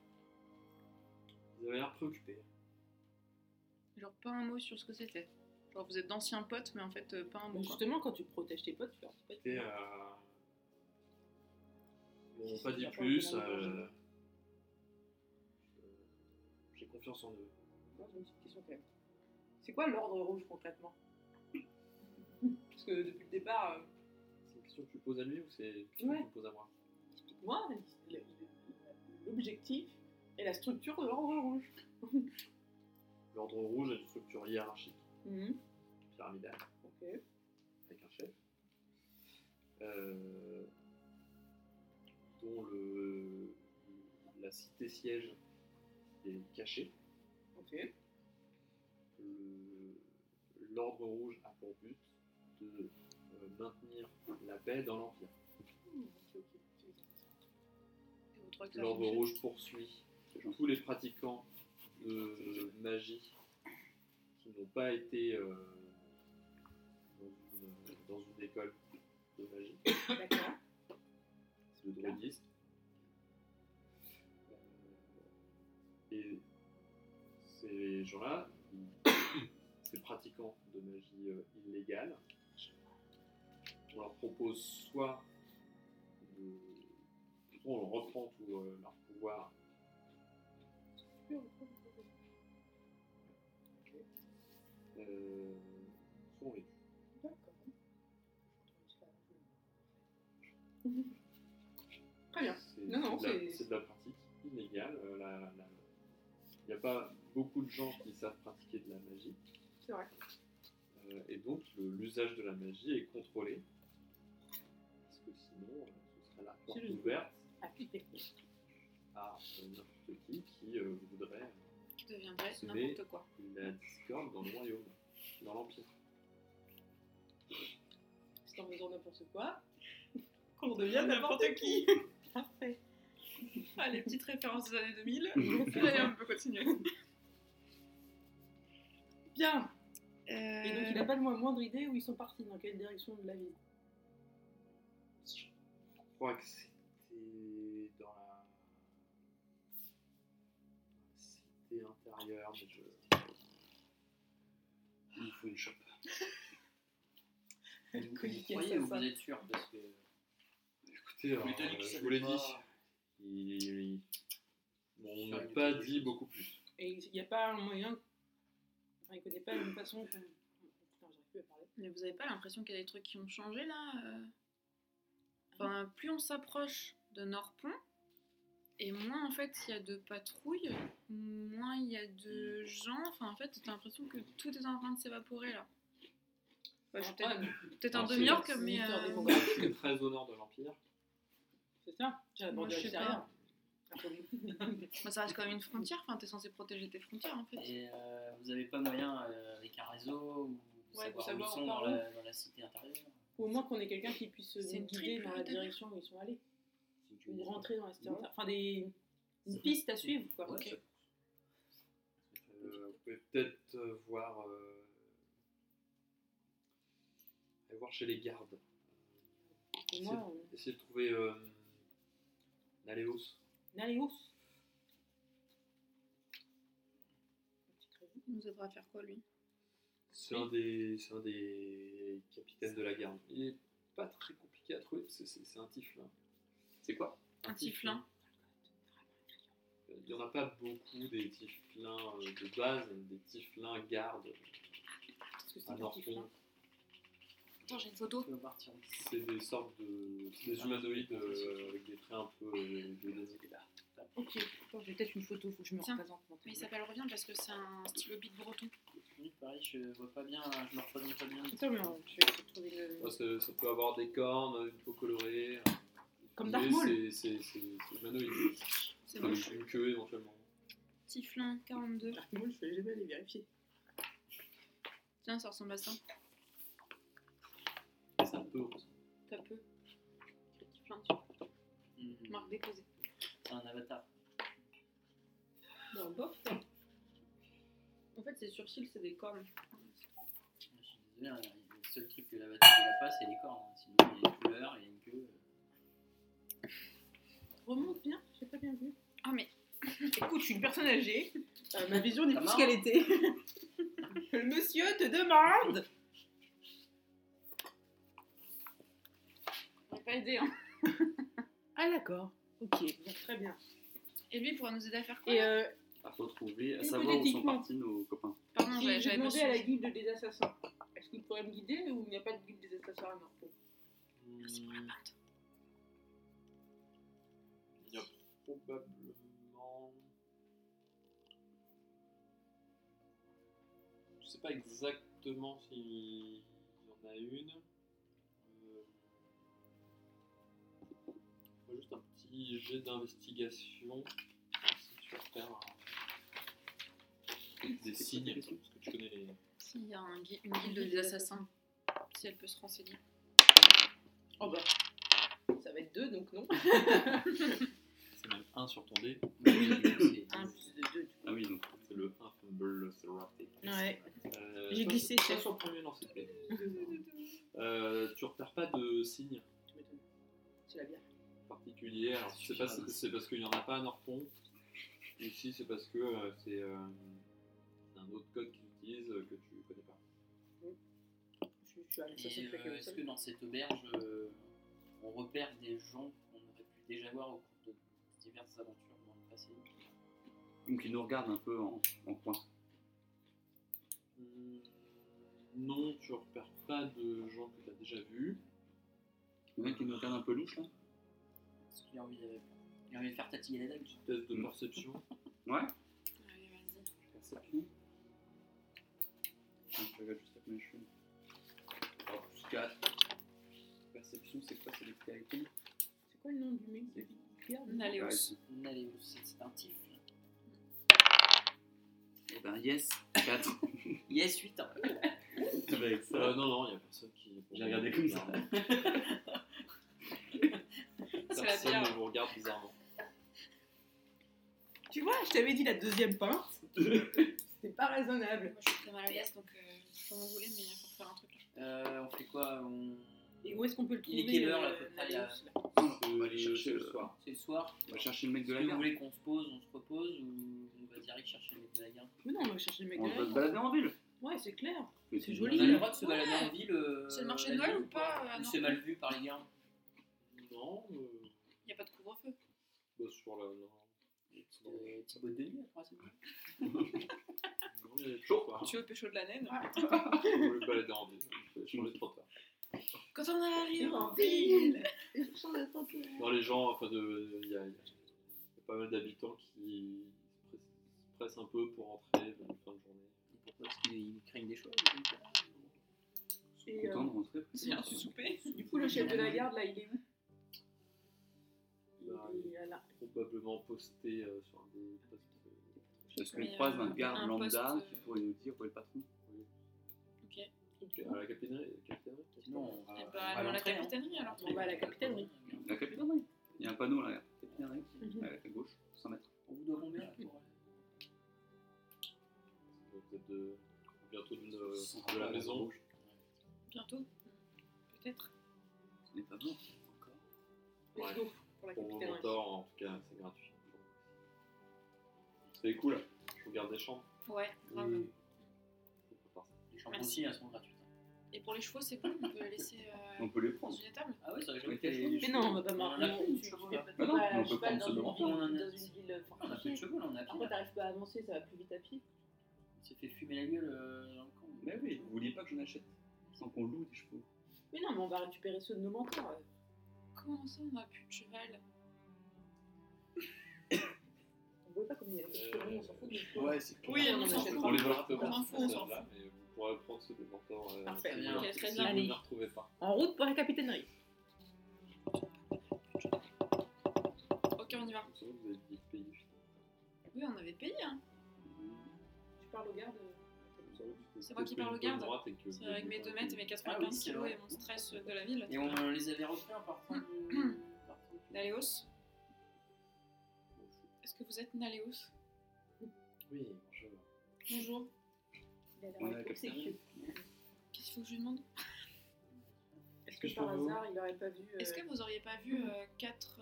Speaker 1: Ils avaient l'air préoccupés.
Speaker 4: Genre pas un mot sur ce que c'était. Genre vous êtes d'anciens potes, mais en fait euh, pas un mot.
Speaker 2: Mais
Speaker 4: quoi.
Speaker 2: Justement, quand tu protèges tes potes, tu leur dis pas de
Speaker 1: C'était.
Speaker 2: faire.
Speaker 1: Euh... Ils m'ont pas
Speaker 2: Il y
Speaker 1: dit
Speaker 2: a pas
Speaker 1: plus.
Speaker 2: vraiment de
Speaker 1: euh,
Speaker 2: danger.
Speaker 1: J'ai confiance en eux.
Speaker 2: Moi, j'ai une petite question quand même. C'est quoi l'ordre rouge concrètement Parce que depuis le départ, euh,
Speaker 1: C'est une question que tu poses à lui ou c'est une question
Speaker 2: Ouais.
Speaker 1: que tu me poses à moi
Speaker 2: explique-moi le- le- l'objectif et la structure de l'ordre rouge.
Speaker 1: L'ordre rouge a une structure hiérarchique,
Speaker 2: Mhm.
Speaker 1: pyramidale,
Speaker 2: Ok.
Speaker 1: avec un chef, euh, dont le, la cité siège est cachée.
Speaker 2: Ok.
Speaker 1: Le- L'ordre rouge a pour but de euh, maintenir la paix dans l'empire.
Speaker 2: Hmm, ok, ok.
Speaker 4: Et vous trouvez que ça
Speaker 1: L'ordre
Speaker 4: fonctionne
Speaker 1: rouge poursuit tous les pratiquants de magie qui n'ont pas été euh, dans, une, dans une école de magie.
Speaker 2: D'accord.
Speaker 1: C'est le druidisme. Euh, Et ces gens-là, ils- ces pratiquants de magie euh, illégale, on leur propose soit de- soit on leur reprend tout euh, leur pouvoir, euh, soit on les tue.
Speaker 2: D'accord. Très bien.
Speaker 1: C'est-
Speaker 2: Non, non, non,
Speaker 1: de la-
Speaker 2: c'est-
Speaker 1: c'est de la pratique illégale. euh, la- la- Il n'y a pas beaucoup de gens qui savent pratiquer de la magie.
Speaker 2: C'est vrai.
Speaker 1: Euh, et donc, le- l'usage de la magie est contrôlé. Parce que sinon, euh, ce serait la porte
Speaker 2: juste-
Speaker 1: ouverte
Speaker 2: Appliqué.
Speaker 1: à euh, n'importe qui qui euh, voudrait
Speaker 4: Qui deviendrait
Speaker 1: Ce
Speaker 4: n'importe quoi.
Speaker 1: la discorde dans le royaume, dans l'empire.
Speaker 2: C'est en faisant n'importe quoi qu'on devient n'importe qui. Parfait.
Speaker 4: Ah, les petites références des années 2000. Allez, on peut continuer.
Speaker 2: Bien.
Speaker 4: Euh,
Speaker 2: Et donc il n'a pas le mo- moindre idée où ils sont partis, dans quelle direction de la ville.
Speaker 1: Je crois que c'était dans la cité intérieure, mais je.
Speaker 6: Il me faut une chope.
Speaker 3: Vous
Speaker 2: Alcoolique,
Speaker 3: croyez
Speaker 2: c'est
Speaker 3: ou
Speaker 2: ça.
Speaker 3: vous êtes sûr Parce que.
Speaker 1: Écoutez, alors, euh, je vous l'ai dit, il- bon, on n'a pas dit beaucoup plus.
Speaker 2: Et il n'y a pas un moyen. Enfin, il ne connaît pas une façon. qu'on- Putain, j'arrive plus à parler.
Speaker 4: Mais vous avez pas l'impression qu'il y a des trucs qui ont changé là euh Enfin, plus on s'approche de Nord-Pont, et moins en fait il y a de patrouilles, moins il y a de gens. Enfin, en fait, t'as l'impression que tout est en train de s'évaporer là. Bah, je suis peut-être
Speaker 2: Enfin,
Speaker 4: peut-être un
Speaker 1: c'est-
Speaker 4: demi-heure,
Speaker 2: c'est
Speaker 4: mais.
Speaker 2: l'histoire des
Speaker 4: euh,
Speaker 2: Mongols.
Speaker 1: C'est très au nord de l'Empire.
Speaker 2: C'est ça. J'ai
Speaker 4: Moi,
Speaker 2: répondu
Speaker 4: je
Speaker 2: à
Speaker 4: sais
Speaker 2: l'extérieur.
Speaker 4: pas. bah, ça reste quand même une frontière. Enfin, t'es censé protéger tes frontières en fait.
Speaker 3: Et euh, vous avez pas moyen euh, avec un réseau ou
Speaker 2: Ouais, pour savoir
Speaker 3: savoir, où ils sont
Speaker 2: par
Speaker 3: dans
Speaker 2: où.
Speaker 3: la, dans la cité intérieure
Speaker 2: Ou au moins qu'on ait quelqu'un qui puisse
Speaker 4: C'est
Speaker 2: nous
Speaker 4: une
Speaker 2: guider
Speaker 4: triple
Speaker 2: dans la
Speaker 4: peut-être.
Speaker 2: direction où ils sont allés.
Speaker 6: Si tu
Speaker 2: Ou
Speaker 6: veux.
Speaker 2: rentrer dans la cité
Speaker 6: Ouais.
Speaker 2: intérieure. Enfin, des... une piste à suivre, quoi.
Speaker 3: Ouais,
Speaker 2: Ok.
Speaker 3: ça-
Speaker 1: Euh, vous pouvez peut-être euh, voir. euh, aller voir chez les gardes.
Speaker 2: Et moi, on...
Speaker 1: Essayez de trouver euh, Naléos.
Speaker 2: Allez, ours
Speaker 4: Il nous aidera à faire quoi lui
Speaker 1: C'est un, des, c'est un des capitaines de la garde. Il est pas très compliqué à trouver, parce que c'est c'est un tiflin.
Speaker 6: C'est quoi
Speaker 4: Un tiflin.
Speaker 1: Euh, Il n'y en a pas beaucoup des tiflins euh, de base, des tiflins gardes
Speaker 2: Parce que c'est
Speaker 1: à
Speaker 2: un petit
Speaker 1: Norton.
Speaker 2: flanc.
Speaker 4: Attends, j'ai une photo.
Speaker 3: On peut partir.
Speaker 1: C'est des sortes de. c'est des humanoïdes euh, avec des traits un peu euh, dénazés.
Speaker 2: Ok, Attends, j'ai peut-être une photo, faut que je me
Speaker 4: Tiens.
Speaker 2: représente.
Speaker 4: Mais il s'appelle Revient parce que c'est un stylo big breton.
Speaker 3: Oui, pareil, je vois pas bien, je me représente pas bien.
Speaker 2: Attends, mais on- je vais essayer de trouver le.
Speaker 1: Ouais, ça, ça peut avoir des cornes, une peau colorée. euh,
Speaker 2: Comme
Speaker 1: mais
Speaker 2: Dark Maul.
Speaker 1: c'est- C'est c'est- c'est humanoïde.
Speaker 4: C'est bon.
Speaker 1: Avec Une queue éventuellement.
Speaker 4: Tiflin 42.
Speaker 2: Dark Maul, je vais jamais aller vérifier.
Speaker 4: Tiens, ça ressemble à ça.
Speaker 1: Ça peut.
Speaker 4: T'as peu. Le tiflin, tu vois.
Speaker 3: Hmm,
Speaker 4: Marque déposée.
Speaker 3: C'est un avatar.
Speaker 2: Non, bof. hein.
Speaker 4: En fait, ces sourcils, c'est des cornes.
Speaker 3: Je suis désolé, hein, le seul truc que l'avatar il a pas, c'est les cornes. hein. Sinon, il y a une couleur, il y a une queue.
Speaker 2: Remonte bien, j'ai pas bien vu.
Speaker 4: Ah, mais
Speaker 2: Écoute, je suis une personne âgée, euh, ma vision n'est
Speaker 3: Ça
Speaker 2: plus ce
Speaker 3: marche.
Speaker 2: qu'elle était. le monsieur te demande
Speaker 4: on n'a pas aidé. Hein.
Speaker 2: Ah, d'accord. Ok, donc très bien.
Speaker 4: Et lui, il pourra nous aider à faire quoi
Speaker 2: Et
Speaker 4: là
Speaker 2: euh,
Speaker 6: Il faut trouver, à savoir où sont
Speaker 2: Hypothétiquement.
Speaker 6: partis nos copains.
Speaker 4: Pardon,
Speaker 2: si
Speaker 4: j'avais
Speaker 2: j'ai
Speaker 4: j'avais pas
Speaker 2: demandé
Speaker 4: su.
Speaker 2: à la guilde des assassins, est-ce qu'il pourrait me guider ou il n'y a pas de guilde des assassins à Norton
Speaker 4: Merci pour la pâte.
Speaker 1: Il y a probablement. Je sais pas exactement s'il y en a une. Euh, fais Juste un petit jet d'investigation. Si tu repères un- des signes, parce que tu connais les.
Speaker 4: S'il y a un gui- une guilde des assassins, si elle peut se renseigner.
Speaker 2: Oh bah, ça va être deux, donc non.
Speaker 1: C'est même 1 sur ton dé.
Speaker 2: Un plus de deux.
Speaker 6: Ah oui, donc.
Speaker 1: C'est le Humble Thoracic.
Speaker 2: Ouais.
Speaker 1: Euh,
Speaker 2: J'ai
Speaker 1: toi,
Speaker 2: glissé,
Speaker 1: toi,
Speaker 2: chef.
Speaker 1: sur le premier lancer de dé. Euh, tu repères pas de signes
Speaker 2: Tu m'étonnes. C'est la bière.
Speaker 1: particulier. Alors, je sais pas si c'est parce qu'il n'y en a pas à Norpon, ou si c'est parce que euh, c'est euh, un autre code qu'ils utilisent euh, que tu connais pas.
Speaker 2: Je suis- je suis à la
Speaker 3: Et,
Speaker 2: station de
Speaker 3: euh, Est-ce que
Speaker 2: Pékin.
Speaker 3: dans cette auberge, euh, on repère des gens qu'on aurait pu déjà voir au cours de diverses aventures dans le passé
Speaker 6: Donc ils nous regardent un peu en, en coin.
Speaker 1: Hum, Non, tu repères pas de gens que tu as déjà vus.
Speaker 6: Il y en a qui nous regardent un peu louche là.
Speaker 3: Est-ce qu'il y a envie de- J'ai envie de faire tatiller les dagues.
Speaker 1: Test de
Speaker 6: Mm.
Speaker 1: perception.
Speaker 6: Ouais.
Speaker 4: Allez, vas-y.
Speaker 6: Perception. Attends, Ah, Je regarde juste après mes cheveux. Oh, plus 4. Perception, c'est quoi C'est dextérité
Speaker 2: C'est quoi le nom du mec de
Speaker 6: Ah,
Speaker 4: Naléos.
Speaker 6: ici.
Speaker 3: Allez, c'est c'est un tif.
Speaker 6: Eh ben, yes 4.
Speaker 3: Yes, 8 ans.
Speaker 6: Avec
Speaker 1: Euh, non, non, il n'y a personne qui.
Speaker 6: J'ai regardé comme ça.
Speaker 4: C'est la
Speaker 1: Personne ne
Speaker 4: bière.
Speaker 1: vous regarde bizarrement.
Speaker 2: Tu vois, je t'avais dit la deuxième pinte. C'était pas raisonnable.
Speaker 4: Moi, je suis très mal à l'aise, donc euh, comme vous voulez, mais il faut faire un truc.
Speaker 3: Euh, on fait quoi on...
Speaker 2: Et où est-ce qu'on peut le
Speaker 3: Il
Speaker 2: trouver
Speaker 3: est quelle heure,
Speaker 2: euh,
Speaker 3: là, à peu près,
Speaker 2: Naléos,
Speaker 3: là
Speaker 2: là
Speaker 6: On va aller
Speaker 1: Euh,
Speaker 6: chercher le soir.
Speaker 3: C'est le soir.
Speaker 6: On va chercher le mec de
Speaker 3: Est-ce
Speaker 6: la
Speaker 3: que vous
Speaker 6: gare.
Speaker 3: voulez qu'on se pose, on se repose ou on va direct chercher le mec de la gare
Speaker 2: Mais non, on va chercher le mec
Speaker 6: On
Speaker 2: de
Speaker 6: va
Speaker 2: la
Speaker 6: se
Speaker 2: ville.
Speaker 6: balader en ville.
Speaker 2: Ouais, c'est clair.
Speaker 6: Mais
Speaker 2: C'est
Speaker 3: On
Speaker 2: joli. hein.
Speaker 3: a le
Speaker 2: là.
Speaker 3: droit de se balader en ville. euh,
Speaker 4: C'est le marché de
Speaker 3: la
Speaker 4: Noël
Speaker 3: nuit
Speaker 4: ou pas, euh, à
Speaker 3: Ou
Speaker 4: Nantes
Speaker 3: c'est mal vu par les gars
Speaker 1: Non, euh,
Speaker 4: Il n'y a pas de couvre-feu.
Speaker 1: bah, sur la. Non,
Speaker 3: Euh, Thibaut de nuit, je crois.
Speaker 1: Non, il y a toujours
Speaker 3: Ah.
Speaker 1: pas.
Speaker 4: Tu veux pécho de la naine
Speaker 1: Je voulais balader en ville. Je voulais trop tard.
Speaker 4: Quand on arrive en ville
Speaker 2: ville
Speaker 1: Dans les gens, enfin, de- il y, a il y a pas mal d'habitants qui se pressent- se pressent un peu pour entrer dans la fin de journée.
Speaker 3: Pourquoi Parce qu'ils craignent des hein. choses.
Speaker 2: Et, euh,
Speaker 6: Content de rentrer.
Speaker 4: C'est un souper.
Speaker 2: Du coup, le chef de la garde, là, il est où Il
Speaker 1: Bah,
Speaker 2: est là.
Speaker 1: Probablement posté euh, sur un des postes. euh,
Speaker 6: Parce
Speaker 4: Mais,
Speaker 6: qu'on
Speaker 4: euh,
Speaker 6: croise un garde
Speaker 4: un poste,
Speaker 6: lambda
Speaker 4: euh,
Speaker 6: qui pourrait nous dire où est le patron.
Speaker 4: Ok. Et
Speaker 1: À la capitainerie, capitainerie
Speaker 3: Non, on va,
Speaker 4: bah, allons à la
Speaker 3: l'entrer, hein.
Speaker 4: capitainerie alors.
Speaker 2: On va à la capitainerie.
Speaker 6: La capitainerie. Il y a un panneau là, la capitainerie.
Speaker 2: Mhm.
Speaker 6: Ouais, À gauche, 100 mètres.
Speaker 3: On vous doit combien là, pour-
Speaker 1: Donc, Vous êtes de- bientôt d'une, euh,
Speaker 6: Centrale
Speaker 1: de la
Speaker 6: à
Speaker 1: maison.
Speaker 6: gauche.
Speaker 4: Bientôt. Peut-être.
Speaker 6: Ce n'est pas bon. Encore.
Speaker 2: Let's go pour la
Speaker 1: Pour mon
Speaker 2: capitainerie.
Speaker 1: mentor, en tout cas, c'est gratuit. C'est cool. Je vous garde des chambres.
Speaker 4: Ouais,
Speaker 2: Ah,
Speaker 4: grave.
Speaker 3: Oui.
Speaker 1: C'est pas par-
Speaker 3: Les chambres
Speaker 4: Merci.
Speaker 3: aussi, elles sont gratuites. hein.
Speaker 4: Et pour les chevaux, c'est cool, on peut les laisser euh,
Speaker 6: On peut les
Speaker 4: dans
Speaker 6: prendre.
Speaker 4: une étable.
Speaker 3: Ah ouais, ça va
Speaker 6: Mais t'as-
Speaker 2: Mais non, on va pas
Speaker 3: On en a
Speaker 2: marquer.
Speaker 3: plus,
Speaker 2: Tu
Speaker 3: tu vois.
Speaker 2: fais
Speaker 6: Bah non,
Speaker 2: pas à
Speaker 6: on peut
Speaker 2: cheval
Speaker 6: prendre
Speaker 2: dans
Speaker 6: ce
Speaker 2: une
Speaker 3: moment.
Speaker 2: ville-
Speaker 3: On en a-
Speaker 2: dans une ville euh,
Speaker 3: On a plus de
Speaker 2: fortifiée.
Speaker 3: chevaux là, on a
Speaker 2: Parfois,
Speaker 3: pied.
Speaker 2: t'arrives pas à avancer, ça va plus vite à pied.
Speaker 3: Ah On s'est fait fumer la gueule euh, dans le camp.
Speaker 6: Mais oui, vous vouliez pas que j'en achète sans qu'on loue des chevaux.
Speaker 2: Mais non, mais on va récupérer ceux de nos mentors. euh.
Speaker 4: Comment ça, on n'a plus de cheval
Speaker 2: On voit pas comme il y a des chevaux, on s'en fout des chevaux.
Speaker 3: Ouais, c'est
Speaker 4: Oui,
Speaker 2: on
Speaker 4: on
Speaker 2: s'en
Speaker 4: s'en
Speaker 2: fout.
Speaker 4: fout.
Speaker 1: On les verra
Speaker 4: On s'en fout, on s'en
Speaker 1: là, mais vous pourrez prendre ceux des mentors. euh,
Speaker 2: Parfait.
Speaker 1: si
Speaker 3: Bien.
Speaker 1: vous-
Speaker 3: Ok,
Speaker 4: très
Speaker 1: si
Speaker 4: bien.
Speaker 1: vous
Speaker 2: Allez.
Speaker 1: ne les retrouvez pas.
Speaker 2: En route pour la capitainerie.
Speaker 4: Ok, on y va.
Speaker 1: Comme ça, vous avez dit pays.
Speaker 4: Oui, on avait payé, hein.
Speaker 2: Tu parles au garde
Speaker 4: C'est moi qui parle au garde. C'est avec mes 2 mètres et mes 95
Speaker 3: Ah oui, c'est
Speaker 4: kilos
Speaker 3: vrai.
Speaker 4: et mon stress de la ville.
Speaker 3: Et on les avait repris en partant de. partant de-
Speaker 4: Naléos Est-ce que vous êtes Naléos
Speaker 1: Oui, bonjour.
Speaker 4: Bonjour.
Speaker 6: On a la capitainerie.
Speaker 4: Qu'est-ce qu'il faut que je lui demande
Speaker 2: Est-ce que par hasard, il aurait pas vu. euh,
Speaker 4: Est-ce que vous auriez pas vu euh, 4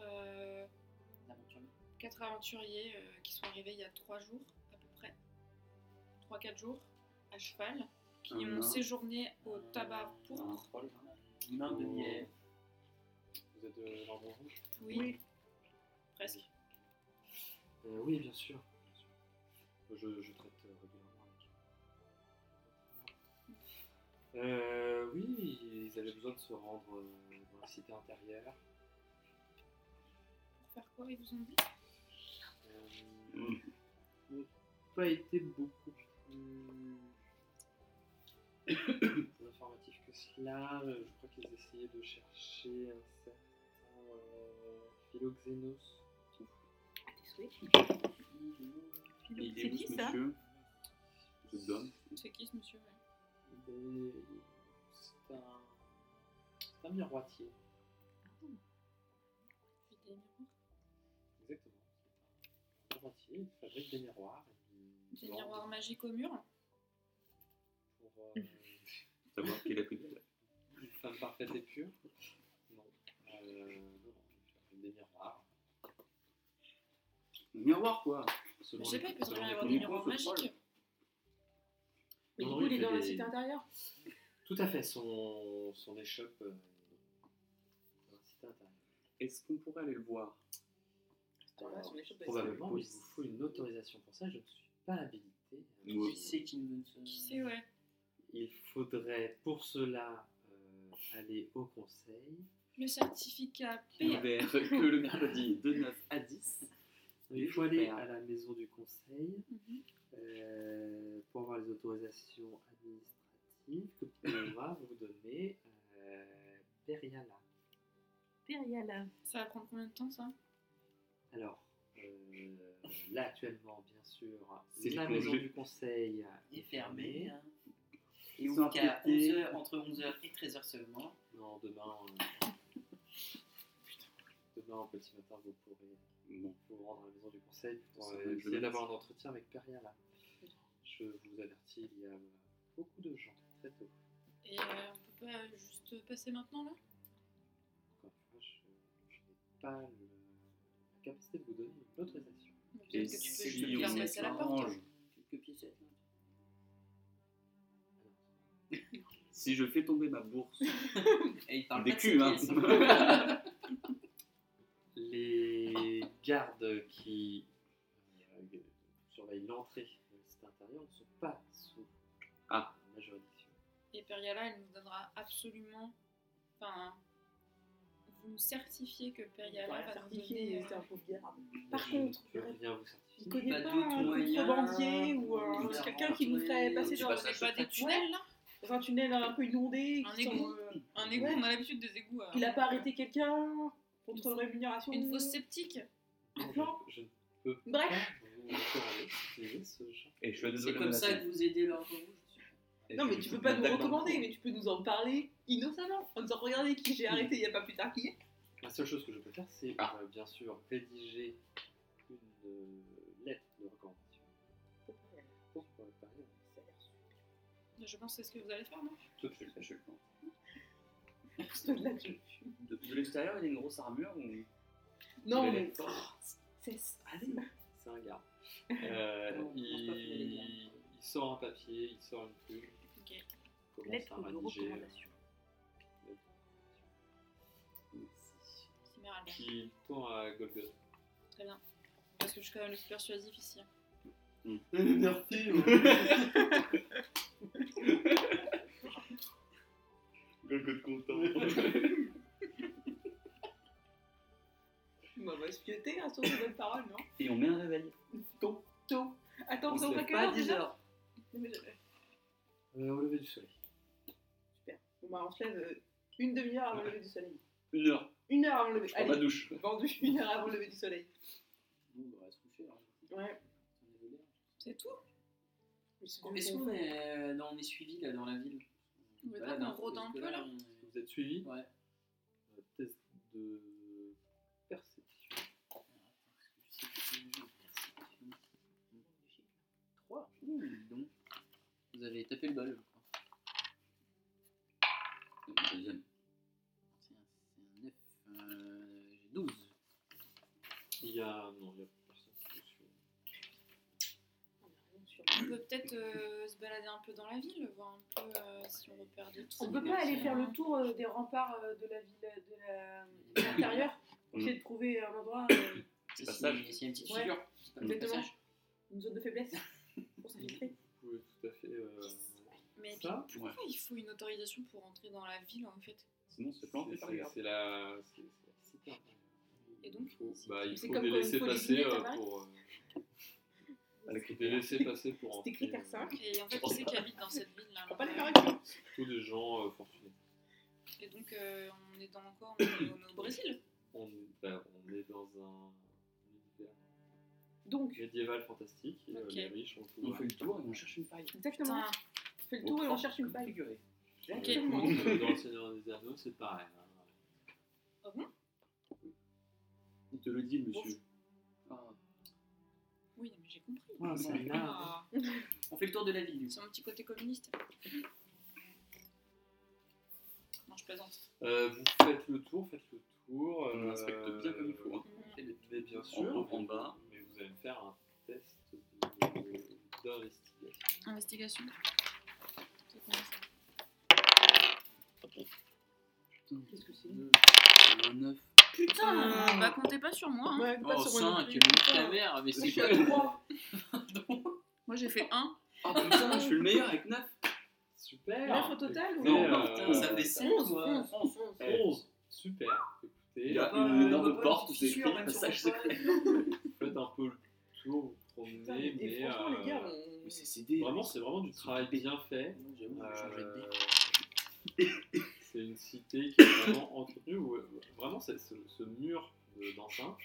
Speaker 3: d'aventurier.
Speaker 4: aventuriers euh, qui sont arrivés il y a 3 jours, à peu près 3-4 jours, à cheval, qui
Speaker 6: Un
Speaker 4: ont
Speaker 6: nain.
Speaker 4: séjourné au
Speaker 3: Euh,
Speaker 4: tabac
Speaker 6: Un
Speaker 4: pourpre
Speaker 6: troll.
Speaker 3: Une main de bière.
Speaker 1: Vous êtes de l'arbre rouge
Speaker 4: Oui. Presque.
Speaker 1: Euh, Oui, bien sûr. bien sûr. Je, je traite euh, régulièrement avec. Euh, oui, ils avaient besoin de se rendre euh, dans la cité intérieure.
Speaker 4: Pour faire quoi, ils vous ont dit
Speaker 1: Euh,
Speaker 6: Mmh.
Speaker 1: n'ont pas été beaucoup plus informatifs que cela. Euh, Je crois qu'ils essayaient de chercher un certain euh, Philoxénos.
Speaker 2: Ah, t'es souhait.
Speaker 6: Il
Speaker 3: Oh.
Speaker 2: C'est
Speaker 6: est où
Speaker 2: qui,
Speaker 6: ce
Speaker 2: ça
Speaker 6: monsieur Cet homme
Speaker 4: C'est qui ce monsieur ouais
Speaker 1: Il est- C'est un... c'est un miroitier.
Speaker 4: Il fait des miroirs.
Speaker 1: Exactement. Un miroitier, il fabrique des miroirs. et
Speaker 4: Des
Speaker 1: il vend
Speaker 4: miroirs magiques au mur
Speaker 1: Pour euh,
Speaker 6: Savoir qui l'a pris de là.
Speaker 1: une femme parfaite et pure. Non. Euh, non, non, il fabrique des miroirs.
Speaker 6: Miroir quoi
Speaker 4: Mais
Speaker 1: Selon
Speaker 4: Je sais
Speaker 1: les-
Speaker 4: pas, il peut très
Speaker 1: selon
Speaker 4: bien y
Speaker 1: les
Speaker 4: avoir des
Speaker 6: premiers
Speaker 4: miroirs
Speaker 6: points, ce
Speaker 4: magiques.
Speaker 2: Mais du
Speaker 1: Non,
Speaker 2: coup,
Speaker 1: il
Speaker 2: il est
Speaker 1: fait
Speaker 2: dans la
Speaker 1: des-
Speaker 2: cité intérieure.
Speaker 1: Tout à fait, son, son échoppe euh, dans la cité intérieure.
Speaker 6: Est-ce qu'on pourrait aller le voir
Speaker 4: Ah,
Speaker 2: Attends, là, son échoppe, elle
Speaker 1: Probablement,
Speaker 6: c'est-
Speaker 1: mais il vous faut une autorisation pour ça, je ne suis pas habilité.
Speaker 6: Ouais.
Speaker 3: Qui c'est qui nous donne
Speaker 4: Qui
Speaker 3: ce.
Speaker 4: sait, ouais.
Speaker 1: Il faudrait pour cela euh, aller au conseil.
Speaker 4: Le certificat P.
Speaker 6: Ouvert que le mercredi de 9 à 10
Speaker 8: coller
Speaker 3: Super.
Speaker 8: à la maison du conseil
Speaker 4: Mhm.
Speaker 8: euh, pour avoir les autorisations administratives que pourra vous donner euh, Periala.
Speaker 2: Periala.
Speaker 4: Ça va prendre combien de temps ça
Speaker 8: Alors, euh, là actuellement, bien sûr,
Speaker 9: C'est
Speaker 8: la
Speaker 9: plongé.
Speaker 8: maison du conseil
Speaker 3: est fermé. hein. Et
Speaker 8: Ils
Speaker 3: ouvre
Speaker 8: sont
Speaker 3: qu'à
Speaker 8: inquiétés.
Speaker 3: 11 heures, entre 11h et 13h seulement.
Speaker 1: Non, demain. euh, Putain. Demain, en petit matin, vous pourrez
Speaker 6: Bon.
Speaker 1: vous rendre à la maison du conseil pour
Speaker 6: Ça
Speaker 1: euh,
Speaker 6: va être
Speaker 1: essayer
Speaker 6: le
Speaker 1: d'avoir un entretien avec Peria là. Je vous avertis, il y a euh, beaucoup de gens très tôt.
Speaker 4: Et euh, on peut pas juste passer maintenant là
Speaker 1: Encore une fois, je, je n'ai pas le- la capacité de vous donner une autorisation.
Speaker 4: Peut-être que tu peux
Speaker 6: si
Speaker 4: juste le
Speaker 6: on
Speaker 4: faire
Speaker 6: met
Speaker 4: passer à la
Speaker 6: ça
Speaker 4: porte.
Speaker 6: en-
Speaker 3: Quelques piécettes. hein.
Speaker 6: Si je fais tomber ma bourse,
Speaker 3: Et il parle
Speaker 6: Des
Speaker 3: pas de ses
Speaker 6: culs, hein.
Speaker 3: pièces, hein.
Speaker 1: Les gardes qui euh, surveillent l'entrée de cet intérieur ne sont pas sous
Speaker 6: Ah.
Speaker 1: ma juridiction.
Speaker 4: Et Periala, elle nous donnera absolument. Enfin. Vous nous certifiez que Periala va nous
Speaker 10: certifié,
Speaker 4: donner. euh,
Speaker 10: c'est un pauvre garde.
Speaker 2: Par
Speaker 1: Je
Speaker 2: contre, euh,
Speaker 1: ne peux rien vous certifier.
Speaker 2: Il connaît
Speaker 3: Pas
Speaker 2: pas,
Speaker 3: d'autre
Speaker 2: un
Speaker 3: moyen.
Speaker 2: contrebandier ou un-
Speaker 3: Tout
Speaker 2: quelqu'un qui nous
Speaker 3: arrangé.
Speaker 2: ferait passer
Speaker 6: Tu
Speaker 2: dans,
Speaker 6: passes à
Speaker 4: C'est pas des tunnels là
Speaker 2: dans un tunnel un peu inondé.
Speaker 4: Un
Speaker 2: qui sent,
Speaker 4: égout.
Speaker 2: euh,
Speaker 4: Un égout,
Speaker 2: Ouais.
Speaker 4: on a l'habitude des égouts. euh,
Speaker 2: il a pas arrêté quelqu'un
Speaker 4: Une
Speaker 2: contre
Speaker 4: fausse-
Speaker 2: rémunération.
Speaker 4: Une fausse sceptique
Speaker 2: plan.
Speaker 1: Je, je ne peux
Speaker 2: Bref.
Speaker 1: pas vous recommander d'utiliser ce genre.
Speaker 6: et je suis à deux
Speaker 3: C'est comme ça que vous aidez l'ordre rouge.
Speaker 2: Non, mais tu peux pas nous recommander, mais tu peux nous en parler innocemment. En disant, regardez qui j'ai arrêté il y a pas plus tard qu'hier.
Speaker 1: La seule chose que je peux faire, c'est
Speaker 6: Ah.
Speaker 1: euh, bien sûr rédiger une euh, lettre de recommandation. Pour euh, parler.
Speaker 4: Je pense que c'est ce que vous allez faire, non
Speaker 6: Tout de suite, je le prends.
Speaker 2: Là, tu-
Speaker 6: De, de l'extérieur, il y a une grosse armure ou...
Speaker 2: Non,
Speaker 1: Il
Speaker 2: mais. oh,
Speaker 1: allait-
Speaker 2: Cesse.
Speaker 1: Ah, C'est un garde. Euh,
Speaker 3: Non, on pense pas qu'il y ait des
Speaker 1: il,
Speaker 3: gardes.
Speaker 1: il sort un papier, il sort une plume,
Speaker 4: Ok.
Speaker 1: commence à
Speaker 2: Lettre de
Speaker 1: rédiger. euh,
Speaker 2: recommandation.
Speaker 1: lettre.
Speaker 4: Chimère Albert.
Speaker 1: Qui tend à Golgoth.
Speaker 4: Très bien. Parce que je suis quand même le plus persuasif ici.
Speaker 6: Merci Golgot content.
Speaker 2: Bah, on va se pioter, hein, sur de bonnes paroles, non
Speaker 6: Et on met un réveil.
Speaker 2: Tôt. Tôt. Attends,
Speaker 6: On
Speaker 2: on
Speaker 6: se
Speaker 2: s'en
Speaker 6: lève
Speaker 2: fait
Speaker 4: Ah,
Speaker 2: quelle heure
Speaker 3: Pas
Speaker 2: déjà Non,
Speaker 3: 10 heures.
Speaker 2: mais je-
Speaker 1: Euh, au lever du soleil.
Speaker 2: Bon, bah, on se lève euh, une demi-heure avant le lever du soleil.
Speaker 6: Une heure.
Speaker 2: Une heure avant le lever.
Speaker 6: Je prends ma
Speaker 2: Allez,
Speaker 6: douche.
Speaker 2: vendu une heure avant le lever du soleil.
Speaker 3: Bon, on va se coucher. alors.
Speaker 2: Ouais.
Speaker 3: On est vénère.
Speaker 4: C'est tout
Speaker 3: Est-ce qu'on est... Non, on est suivi là dans la ville.
Speaker 4: On est
Speaker 3: Bah,
Speaker 4: pas
Speaker 3: d'un
Speaker 4: qu'on rôde un
Speaker 3: parce que
Speaker 4: peu, là
Speaker 3: on
Speaker 1: Est-ce que
Speaker 3: est-
Speaker 1: Vous êtes suivi
Speaker 3: Ouais.
Speaker 1: Un Test de perception.
Speaker 3: Trois. Ouh, dis donc. Vous avez tapé le bol, je crois.
Speaker 6: Deuxième.
Speaker 3: C'est un, c'est un neuf. Euh, J'ai 12.
Speaker 1: Il y a. Non, il y a personne qui vous suit.
Speaker 4: On peut peut-être euh, se balader un peu dans la ville, voir un peu euh, si on repère des trucs.
Speaker 2: On peut pas aller faire le tour euh, des remparts euh, de la ville euh, de la- de l'intérieur
Speaker 6: Mm.
Speaker 2: pour essayer de trouver un endroit, euh,
Speaker 3: C'est
Speaker 6: passage.
Speaker 3: S'il y a une petite
Speaker 2: Ouais.
Speaker 3: figure. c'est pas le
Speaker 2: Exactement.
Speaker 3: passage.
Speaker 2: une zone de faiblesse pour s'infiltrer.
Speaker 1: Vous pouvez tout à fait. euh,
Speaker 4: Mais puis,
Speaker 1: ça
Speaker 6: Ouais.
Speaker 4: pourquoi il faut une autorisation pour entrer dans la ville en fait
Speaker 6: Sinon, c'est planté
Speaker 1: C'est-
Speaker 6: par
Speaker 1: c'est-
Speaker 6: les gardes.
Speaker 1: C'est la. c'est- c'est- c'est pas-
Speaker 4: Et donc,
Speaker 1: il faut,
Speaker 4: c'est-
Speaker 1: bah, il
Speaker 2: c'est
Speaker 1: faut
Speaker 2: comme
Speaker 1: des
Speaker 2: quand il
Speaker 1: laisser
Speaker 2: faut les
Speaker 1: passer
Speaker 2: vignettes à
Speaker 1: euh,
Speaker 2: Paris.
Speaker 1: pour. euh,
Speaker 6: Avec
Speaker 1: des laisser passer pour
Speaker 2: C'était
Speaker 1: entrer.
Speaker 2: critère
Speaker 1: euh,
Speaker 2: cinq.
Speaker 4: Et en fait, qui c'est qui habite dans cette ville là
Speaker 2: On va pas les faire avec
Speaker 1: Tous des gens euh, fortunés.
Speaker 4: Et donc, euh, on est dans quoi on est, on est au Brésil
Speaker 1: On, bah, on est dans un univers
Speaker 2: Donc,
Speaker 1: médiéval fantastique et euh,
Speaker 4: Ok.
Speaker 1: les riches ont tout.
Speaker 6: On fait le tour et on cherche une paille.
Speaker 2: exactement,
Speaker 4: Putain,
Speaker 2: on fait le tour et on cherche une balle.
Speaker 6: Figuré.
Speaker 4: Exactement.
Speaker 1: Euh, Dans le Seigneur des Anneaux, c'est pareil. hein.
Speaker 4: ah bon
Speaker 6: Il te le dit, monsieur.
Speaker 3: Ah.
Speaker 4: Oui, non, mais j'ai compris.
Speaker 8: Ouais, c'est là.
Speaker 4: Ah,
Speaker 3: On fait le tour de la ville. du coup.
Speaker 4: c'est mon petit côté communiste. Non, je plaisante.
Speaker 1: Euh, vous faites le tour, faites le tour. euh,
Speaker 6: On inspecte bien comme il faut. hein.
Speaker 4: Mmh.
Speaker 1: Et le- Mais bien
Speaker 6: En
Speaker 1: sûr,
Speaker 6: haut, en bas.
Speaker 1: mais vous allez me faire un test de- d'investigation.
Speaker 4: Investigation. C'est quoi, ça
Speaker 2: Qu'est-ce que c'est
Speaker 3: Deux. Un neuf.
Speaker 4: Putain, bah comptez pas sur moi. hein.
Speaker 2: Ah. Ouais,
Speaker 3: Oh,
Speaker 2: pas sur Ah, moi non
Speaker 3: 5.
Speaker 2: plus.
Speaker 3: Mais ta mère, mais
Speaker 2: Je
Speaker 3: c'est
Speaker 2: suis
Speaker 3: quoi
Speaker 2: à 3.
Speaker 4: Moi j'ai fait 1.
Speaker 6: Ah putain, je suis le meilleur avec 9
Speaker 1: Super
Speaker 2: 9 au total ou
Speaker 1: Non,
Speaker 6: Non,
Speaker 1: non,
Speaker 6: putain, ça
Speaker 1: euh,
Speaker 6: fait
Speaker 2: 11
Speaker 3: 11,
Speaker 2: ouais.
Speaker 3: 11, 11, 11.
Speaker 1: Eh, 11. Super. Écoutez,
Speaker 6: Il y a
Speaker 1: euh,
Speaker 6: une énorme porte, c'est écrit
Speaker 3: fissure, même sur
Speaker 6: passage secret.
Speaker 1: faites un peu le que vous vous
Speaker 2: Putain,
Speaker 1: promenez,
Speaker 2: mais-
Speaker 1: mais
Speaker 2: et franchement,
Speaker 1: euh,
Speaker 2: les gars, on-
Speaker 6: Mais c'est CD.
Speaker 1: vraiment, c'est vraiment du travail bien fait.
Speaker 6: Non, J'avoue, je vais changer de
Speaker 1: Euh,
Speaker 6: deck.
Speaker 1: c'est une cité qui est vraiment entretenue. Où, euh, vraiment, c'est- ce, ce mur de- d'enceinte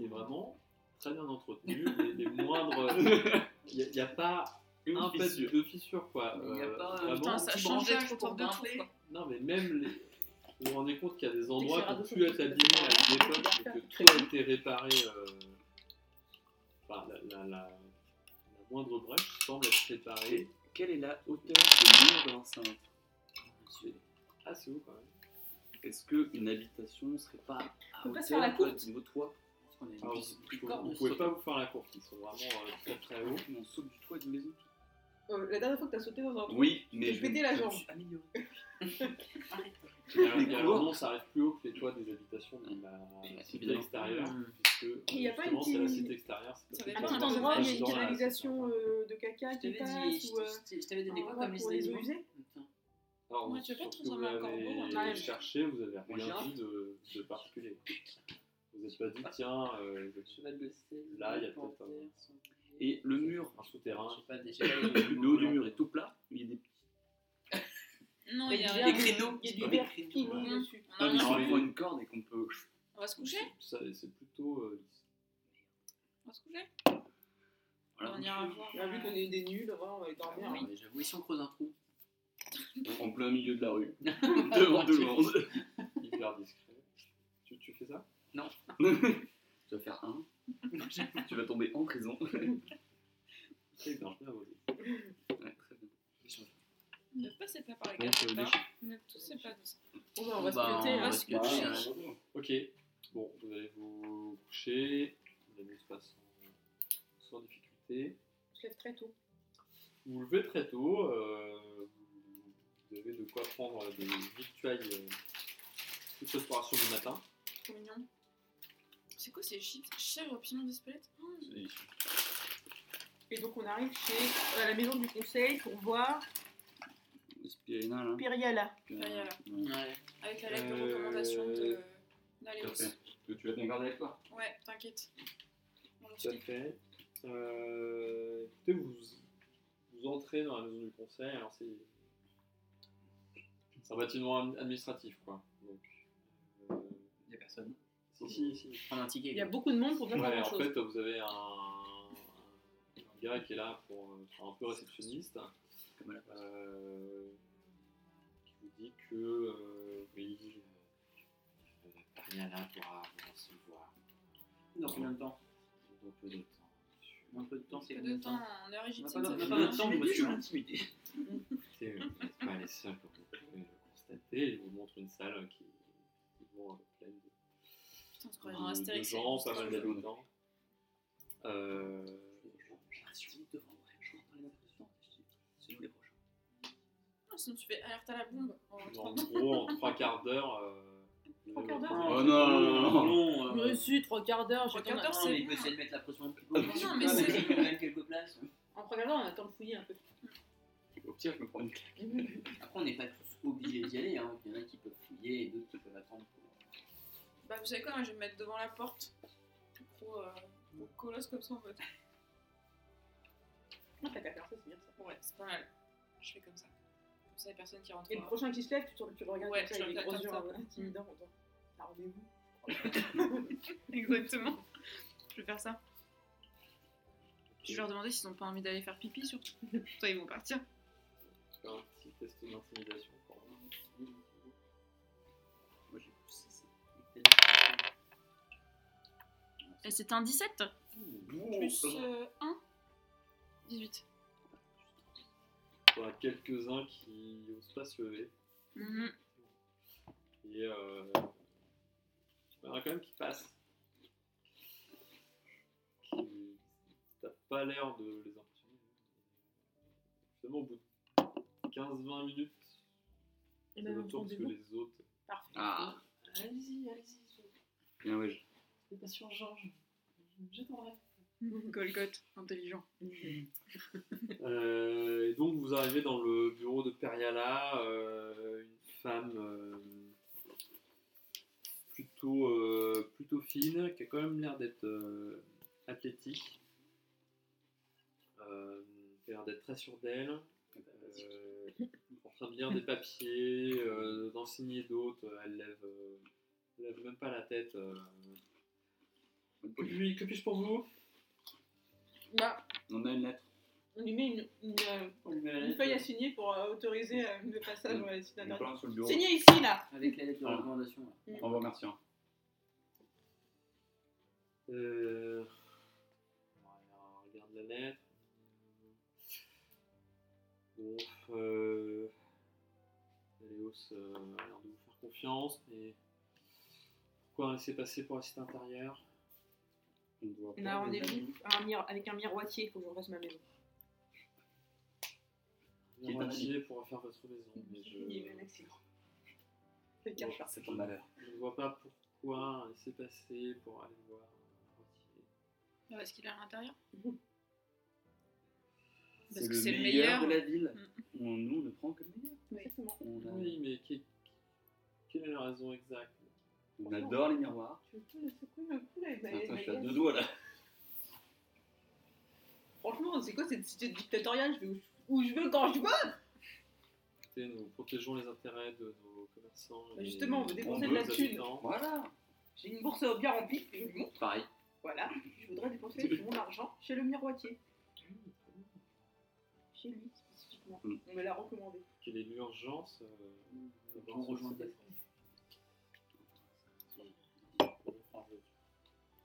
Speaker 1: est vraiment très bien entretenu. Les, les moindres. Il n'y a, pas
Speaker 6: Une
Speaker 1: un pas
Speaker 6: fissure.
Speaker 1: de fissure, quoi.
Speaker 3: Il n'y a
Speaker 1: Euh,
Speaker 3: pas, euh,
Speaker 1: vraiment,
Speaker 4: Putain, ça
Speaker 3: tu
Speaker 4: change
Speaker 3: branches
Speaker 4: d'être au
Speaker 3: pour
Speaker 4: bord de tout.
Speaker 3: grimper.
Speaker 4: quoi.
Speaker 1: Non, mais même les- Vous vous rendez compte qu'il y a des endroits
Speaker 2: Dès
Speaker 1: qui
Speaker 2: que
Speaker 1: ont
Speaker 2: c'est
Speaker 1: pu être
Speaker 2: radiophonique,
Speaker 1: abîmés à une
Speaker 2: c'est
Speaker 1: époque,
Speaker 2: pas
Speaker 1: mais
Speaker 2: grave.
Speaker 1: que tout a été réparé. euh, Enfin, la, la- la- la moindre brèche semble être réparée.
Speaker 6: Quelle est la hauteur du mur de l'enceinte
Speaker 1: Ah, c'est où quand même
Speaker 6: Est-ce qu'une habitation serait pas à
Speaker 2: peut pas
Speaker 6: hauteur
Speaker 2: se faire la courte.
Speaker 6: de niveau toit Parce qu'on a une
Speaker 1: Alors,
Speaker 6: vis-
Speaker 1: vous,
Speaker 6: corps
Speaker 1: vous
Speaker 6: de
Speaker 1: pouvez
Speaker 6: saut.
Speaker 1: pas vous faire la course, ils sont vraiment euh, très très hauts.
Speaker 6: On saute du toit d'une maison
Speaker 2: Euh, la dernière fois que t'as sauté dans un trou,
Speaker 6: Oui,
Speaker 2: mais je vais péter la
Speaker 6: je me
Speaker 2: jambe.
Speaker 6: suis amélioré.
Speaker 1: Il y a-
Speaker 6: Les
Speaker 1: il y a un
Speaker 6: couloirs.
Speaker 1: moment, ça arrive plus haut que les toits des habitations de la cité
Speaker 6: évidemment.
Speaker 1: extérieure.
Speaker 4: Mm.
Speaker 6: Mmh.
Speaker 1: Puisque euh,
Speaker 2: Il y a pas
Speaker 1: justement,
Speaker 2: une
Speaker 1: c'est la
Speaker 2: petite-
Speaker 1: cité extérieure. c'est
Speaker 4: Ça
Speaker 1: pas
Speaker 4: fait
Speaker 2: à
Speaker 4: pas
Speaker 1: tout
Speaker 2: tout
Speaker 4: un
Speaker 1: dans la-
Speaker 2: endroit, il y a une
Speaker 1: dans la-
Speaker 2: canalisation euh, de caca
Speaker 3: Je
Speaker 2: qui
Speaker 3: t'avais
Speaker 2: passe
Speaker 3: dit,
Speaker 2: ou euh,
Speaker 3: je t'ai- je t'avais donné
Speaker 2: un
Speaker 3: quoi
Speaker 2: endroit
Speaker 3: comme les
Speaker 2: pour les eaux
Speaker 3: animaux
Speaker 2: usées.
Speaker 1: Alors,
Speaker 4: Moi, je vais pas
Speaker 1: sur ce que
Speaker 4: transformer
Speaker 1: vous
Speaker 4: un corbeau
Speaker 1: avez
Speaker 4: en âne.
Speaker 1: cherché, vous avez rien
Speaker 3: Moi, j'ai
Speaker 1: vu de, de particulier. Vous n'êtes pas dit, tiens, euh, je-
Speaker 3: Cheval de sel,
Speaker 1: Là, il y a
Speaker 3: le panthère,
Speaker 1: peut-être un-
Speaker 3: son-
Speaker 6: Et le mur,
Speaker 1: un souterrain.
Speaker 3: J'ai pas des- j'ai pas les-
Speaker 6: le haut du mur est tout plat, il y a des
Speaker 4: Non, il y
Speaker 2: Il y
Speaker 4: a.
Speaker 2: a
Speaker 3: Des créneaux.
Speaker 2: Il y a
Speaker 3: Des
Speaker 2: du verre
Speaker 3: créneaux.
Speaker 2: qui monte
Speaker 4: Ouais.
Speaker 2: dessus.
Speaker 4: On a
Speaker 6: mais si
Speaker 4: un-
Speaker 1: non.
Speaker 6: on prend une corde et qu'on peut.
Speaker 4: On va se coucher
Speaker 1: Ça, C'est plutôt. euh,
Speaker 4: On va se coucher
Speaker 6: Voilà.
Speaker 4: On ira voir. euh,
Speaker 2: Ah, Vu qu'on est des nuls, on va aller dormir. hein.
Speaker 3: Non, mais J'avoue, si on creuse un trou,
Speaker 6: En plein milieu de la rue. Devant tout le monde.
Speaker 1: hyper discret. Tu, tu fais ça
Speaker 6: Tu vas faire un. tu vas tomber en prison.
Speaker 1: C'est bien, je vais voler.
Speaker 6: Ouais, très bien.
Speaker 4: Ne passez pas par les
Speaker 1: Donc, euh,
Speaker 4: cases.
Speaker 1: des
Speaker 4: pas.
Speaker 1: chi-
Speaker 4: Ne toussez pas.
Speaker 2: Bon, bah, on va
Speaker 3: Bah,
Speaker 2: se péter.
Speaker 3: on
Speaker 2: hein.
Speaker 3: va se coucher.
Speaker 6: Bah,
Speaker 1: Ok, bon, vous allez vous coucher, la nuit se passe sans, sans difficulté.
Speaker 2: Je lève très tôt.
Speaker 1: Vous vous levez très tôt, euh, vous avez de quoi prendre des victuailles euh, toute restauration du matin.
Speaker 4: Trop mignon. C'est quoi ces chips Chèvre au piment d'Espelette Oh,
Speaker 2: Et donc, on arrive chez, à la maison du conseil pour voir
Speaker 6: Spirina là.
Speaker 2: Piriala.
Speaker 4: Piriella, là.
Speaker 6: Ouais.
Speaker 4: euh, Avec la lettre de
Speaker 1: Euh,
Speaker 4: recommandation de.
Speaker 6: tout à
Speaker 4: d'Aléos.
Speaker 6: fait. Que tu vas te garder avec toi.
Speaker 4: Ouais, t'inquiète.
Speaker 1: Tout
Speaker 4: On
Speaker 1: à
Speaker 4: l'explique.
Speaker 1: fait. Euh, écoutez, vous, vous entrez dans la maison du conseil, alors c'est c'est un bâtiment ad- administratif, quoi. Donc, euh,
Speaker 3: il y a personne.
Speaker 1: si, si, si.
Speaker 3: Prendre un ticket.
Speaker 2: Il y a beaucoup de monde pour bien
Speaker 1: Ouais,
Speaker 2: faire
Speaker 1: en
Speaker 2: chose.
Speaker 1: fait, vous avez un, un gars qui est là pour euh, faire un peu réceptionniste,
Speaker 6: Comme à la base.
Speaker 1: euh, qui vous dit que euh, oui, euh, Pariana pourra vous recevoir
Speaker 3: Dans combien de temps
Speaker 1: dans peu de temps.
Speaker 3: Dans peu de temps, c'est
Speaker 4: Peu
Speaker 3: combien
Speaker 4: de
Speaker 3: de
Speaker 4: temps,
Speaker 3: temps
Speaker 4: on est
Speaker 3: On
Speaker 4: rigide.
Speaker 3: n'a pas on n'a pas notre temps,
Speaker 6: Je suis
Speaker 3: monsieur.
Speaker 6: intimidé.
Speaker 1: Écoutez, euh, Vous n'êtes pas les seuls comme vous pouvez le constater. Il vous montre une salle hein, qui est effectivement euh, pleine de
Speaker 4: Putain, c'est
Speaker 1: de-
Speaker 4: vraiment
Speaker 1: de
Speaker 4: Astérix.
Speaker 1: gens, pas mal
Speaker 6: c'est-
Speaker 1: d'habitants. Euh,
Speaker 3: Je reste devant, ouais. Je rentre dans les magasins. C'est nous les prochains.
Speaker 4: Non, sinon tu fais alerte à la bombe. en
Speaker 1: en
Speaker 4: rentrant.
Speaker 1: gros, en trois quarts d'heure. euh,
Speaker 2: Trois quarts d'heure
Speaker 1: vous-
Speaker 6: Oh non, non, non.
Speaker 3: Ah, non,
Speaker 2: Mais si, trois quarts d'heure, j'ai
Speaker 4: Trois quarts d'heure,
Speaker 3: Non, mais il
Speaker 4: bon,
Speaker 3: peut essayer
Speaker 4: hein.
Speaker 3: de mettre la pression un petit peu.
Speaker 4: non, mais c'est-
Speaker 3: Il gagne quelques places.
Speaker 2: En trois quarts d'heure, on attend de fouiller un peu. Ah,
Speaker 6: Au pire, je me prends une claque.
Speaker 3: Après, on n'est pas tous obligés d'y aller. Hein. Il y en a qui peuvent fouiller et d'autres qui peuvent attendre. pour- euh,
Speaker 4: Bah, vous savez quoi, moi, je vais me mettre devant la porte. Gros, euh, gros colosse comme ça en mode.
Speaker 2: Non, t'as qu'à faire ça, c'est bien ça.
Speaker 4: Ouais, c'est pas mal. Je fais comme ça. Comme ça, les personnes qui rentrent.
Speaker 2: Et le prochain qui se lève, tu, te- tu le regardes
Speaker 4: Ouais,
Speaker 2: comme
Speaker 4: je
Speaker 2: ça, il
Speaker 4: le
Speaker 2: est
Speaker 4: regarde
Speaker 2: gros yeux
Speaker 4: comme
Speaker 2: un peu
Speaker 4: ça.
Speaker 2: intimidants. en disant, Ah, rendez-vous.
Speaker 4: Exactement. Je vais faire ça. Je vais leur demander s'ils ont pas envie d'aller faire pipi surtout. Toi, ils vont partir.
Speaker 1: Faire un petit test d'intimidation pour moi.
Speaker 3: Moi, j'ai poussé ça.
Speaker 4: Et c'est un 17 plus euh,
Speaker 6: Ouh.
Speaker 4: 1 18.
Speaker 1: Il y en a quelques-uns qui n'osent pas se lever.
Speaker 4: Mhm.
Speaker 1: Et euh, il y en a quand même qui passent. Qui t'as pas l'air de les impressionner. Seulement au bout de 15-20 minutes, c'est
Speaker 2: Et ben,
Speaker 1: votre tour parce que
Speaker 2: rendez-vous.
Speaker 1: les autres.
Speaker 2: Parfait.
Speaker 6: Ah,
Speaker 2: Allez-y, allez-y.
Speaker 6: bien Ah ouais.
Speaker 2: C'est pas sur Georges. J'attendrai.
Speaker 4: Golgoth, intelligent.
Speaker 1: Euh, et donc vous arrivez dans le bureau de Periala, euh, une femme euh, plutôt, euh, plutôt fine, qui a quand même l'air d'être euh, athlétique, Euh, elle a l'air d'être très sûre d'elle. euh, en train de lire des papiers, euh, d'en signer d'autres. Elle lève, euh, elle lève même pas la tête. euh. Lui, que puis-je pour vous
Speaker 2: Bah,
Speaker 6: On a une lettre.
Speaker 2: on lui met une, une, euh,
Speaker 3: On lui met la
Speaker 2: une
Speaker 3: lettre,
Speaker 2: feuille à signer pour euh, autoriser euh, le passage ouais, site
Speaker 6: On
Speaker 2: interdit.
Speaker 6: plante sur le bureau.
Speaker 2: Signer ici, là
Speaker 3: euh, avec la lettre de
Speaker 6: Ah.
Speaker 3: recommandation. là.
Speaker 6: En vous hein. remerciant.
Speaker 1: Euh, on regarde la lettre. Bon, euh, Léos euh, a l'air de vous faire confiance, mais pourquoi laisser passer pour un site intérieur
Speaker 6: On doit
Speaker 2: On a
Speaker 6: prendre-
Speaker 2: rendez-vous un miro- avec un miroitier, faut que je refasse ma maison.
Speaker 6: Qui est un
Speaker 1: Miroitier pour refaire votre maison, mais je
Speaker 2: Il y a eu un
Speaker 1: ne
Speaker 2: accident. Quelqu'un part.
Speaker 6: C'est ton malheur.
Speaker 1: vois pas pourquoi laisser passer pour aller voir un miroitier.
Speaker 4: Ouais, Est-ce Bah, qu'il est à l'intérieur
Speaker 2: Mhm.
Speaker 4: Parce que c'est le meilleur. Mm.
Speaker 6: de la ville. On- nous, on ne prend que le meilleur.
Speaker 2: Exactement.
Speaker 6: On, a-
Speaker 1: Oui, mais qui- quelle est la raison exacte
Speaker 6: on adore les miroirs.
Speaker 2: Tu veux pas le secouer un peu, là,
Speaker 4: Bah,
Speaker 2: il m'a- il
Speaker 6: Attends,
Speaker 2: m'a
Speaker 6: je suis à
Speaker 2: gagné.
Speaker 6: deux doigts là.
Speaker 2: Franchement, c'est quoi cette cité dictatoriale Je vais où je- où je veux quand je veux
Speaker 1: Écoutez, nous protégeons les intérêts de nos commerçants.
Speaker 2: Bah
Speaker 1: et
Speaker 2: justement, on veut dépenser
Speaker 6: de la
Speaker 1: nos
Speaker 2: thune.
Speaker 1: habitants.
Speaker 6: Voilà.
Speaker 2: J'ai une bourse bien remplie, je lui montre.
Speaker 6: Pareil.
Speaker 2: Voilà, je voudrais dépenser tout mon argent chez le miroitier. Chez lui, spécifiquement.
Speaker 1: Hmm.
Speaker 6: Mm.
Speaker 2: On me l'a recommandé.
Speaker 1: Quelle est l'urgence euh, d'avoir
Speaker 3: On
Speaker 1: ce-
Speaker 3: rejoint
Speaker 1: cette-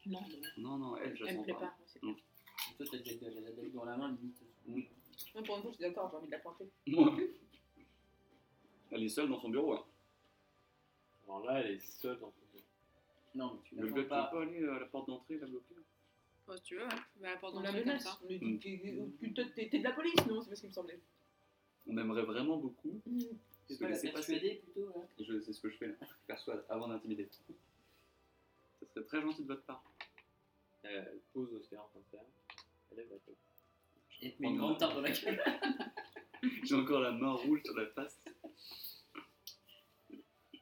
Speaker 2: Non,
Speaker 6: Non, non, elle, je la
Speaker 2: elle me
Speaker 6: sens
Speaker 2: plaît
Speaker 6: pas.
Speaker 2: pas. c'est-
Speaker 3: Et Toi, t'as déjà la la lettre dans la main, limite.
Speaker 2: Non, pour une fois, je suis d'accord, j'ai envie de la pointer.
Speaker 6: Moi. Elle est seule dans son bureau. hein.
Speaker 1: Alors là, elle est seule dans son bureau.
Speaker 3: Non, mais tu
Speaker 6: Le
Speaker 3: l'attends
Speaker 6: gars qui
Speaker 3: pas.
Speaker 6: peut aller à la porte d'entrée, la bloquer.
Speaker 4: Oh, si tu veux, ouais. Mais à la porte
Speaker 2: On la
Speaker 4: d'entrée comme
Speaker 2: menace.
Speaker 4: ça.
Speaker 2: On lui
Speaker 1: Hmm.
Speaker 6: Mm.
Speaker 2: dit que- que toi, t'es t'es de la police, non C'est pas ce qui me semblait.
Speaker 6: On aimerait vraiment beaucoup
Speaker 2: Hmm.
Speaker 3: C'est
Speaker 6: se
Speaker 3: pas la
Speaker 6: laisser passer.
Speaker 3: persuader plutôt, là
Speaker 6: Et je sais ce que je fais là. Je persuade avant d'intimider. Ça serait très gentil de votre part.
Speaker 1: Elle elle pose le en comme ça. Elle lève la tête.
Speaker 3: Et puis une grande tarte dans la gueule.
Speaker 6: J'ai encore la main rouge sur la face.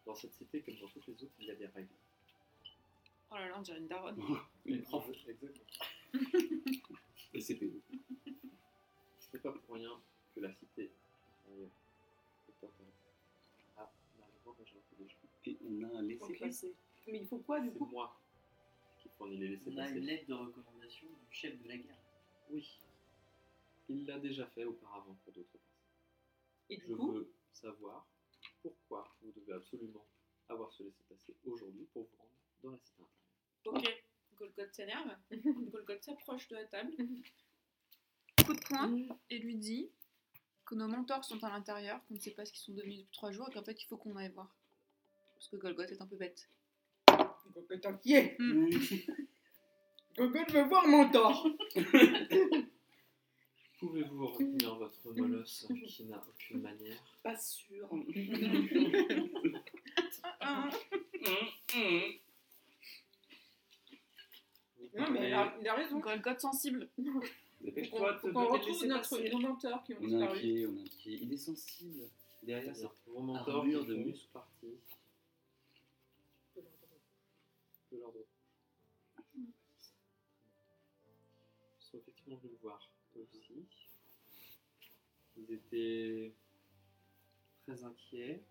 Speaker 1: Dans cette cité, comme dans toutes les autres, il y a des règles.
Speaker 4: Oh là là, on dirait une daronne.
Speaker 6: Les profs.
Speaker 1: Exactement.
Speaker 6: Et c'est pénible.
Speaker 1: Ce n'est pas pour rien que la cité intérieure est intéressée à la grande majorité des gens.
Speaker 6: Et on a un
Speaker 2: Ok.
Speaker 6: laissé-passer.
Speaker 2: Mais il faut quoi, Ah, du
Speaker 1: C'est
Speaker 2: coup
Speaker 1: moi qui fournis les laissés
Speaker 3: On a une
Speaker 1: passer.
Speaker 3: lettre de recommandation du chef de la guerre.
Speaker 1: Oui. Il l'a déjà fait auparavant pour d'autres personnes.
Speaker 2: Et du
Speaker 1: Je
Speaker 2: coup,
Speaker 1: veux savoir pourquoi vous devez absolument avoir ce laissez-passer aujourd'hui pour vous rendre dans la cité intérieure.
Speaker 4: Ok. Golgot s'énerve. Golgot s'approche de la table. Mm. Coup de poing et lui dit que nos mentors sont à l'intérieur, qu'on ne sait pas ce qu'ils sont devenus depuis trois jours et qu'en fait il faut qu'on aille voir. Parce que Golgot est un peu bête.
Speaker 2: Gogo t'inquiète
Speaker 4: Mm.
Speaker 2: Gogo veut voir mon tort
Speaker 1: Pouvez-vous retenir votre molosse qui n'a aucune manière
Speaker 6: Pas sûr.
Speaker 1: Hmm.
Speaker 4: Ah,
Speaker 1: Vous
Speaker 2: Non, mais
Speaker 1: pouvez-
Speaker 2: il a, il a raison.
Speaker 4: Golgot sensible.
Speaker 2: Faut qu'on
Speaker 6: Dépêche-toi
Speaker 2: faut
Speaker 6: de
Speaker 2: qu'on
Speaker 6: te
Speaker 2: retrouve
Speaker 6: laisser
Speaker 2: notre,
Speaker 6: passer.
Speaker 2: nos mentors qui ont
Speaker 6: On est
Speaker 2: disparu.
Speaker 6: inquiet, on est inquiet. Il est sensible. Derrière, c'est
Speaker 1: Bien, Vos mentors
Speaker 6: Armure
Speaker 1: qui
Speaker 6: de
Speaker 1: font
Speaker 6: muscle.
Speaker 1: partie de l'ordre. Ils sont effectivement venus me voir, eux aussi. Ils étaient très inquiets.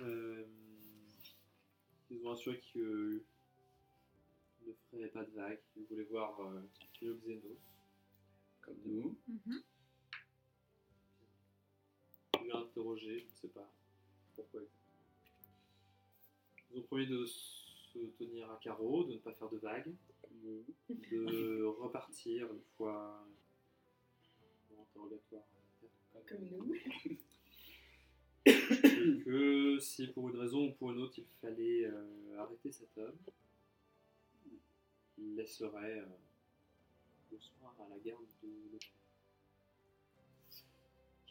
Speaker 1: Euh, ils ont assuré qu'ils euh, ne feraient pas de vagues. Ils voulaient voir euh, le Xenos.
Speaker 6: comme nous.
Speaker 4: Mhm.
Speaker 1: Je l'ai interrogé, je ne sais pas pourquoi. Ils ont promis de se tenir à carreau, de ne pas faire de vagues, de repartir une fois en interrogatoire.
Speaker 2: Comme nous.
Speaker 1: Et que si pour une raison ou pour une autre il fallait euh, arrêter cet homme, il laisserait euh, le soir à la garde de l'autre.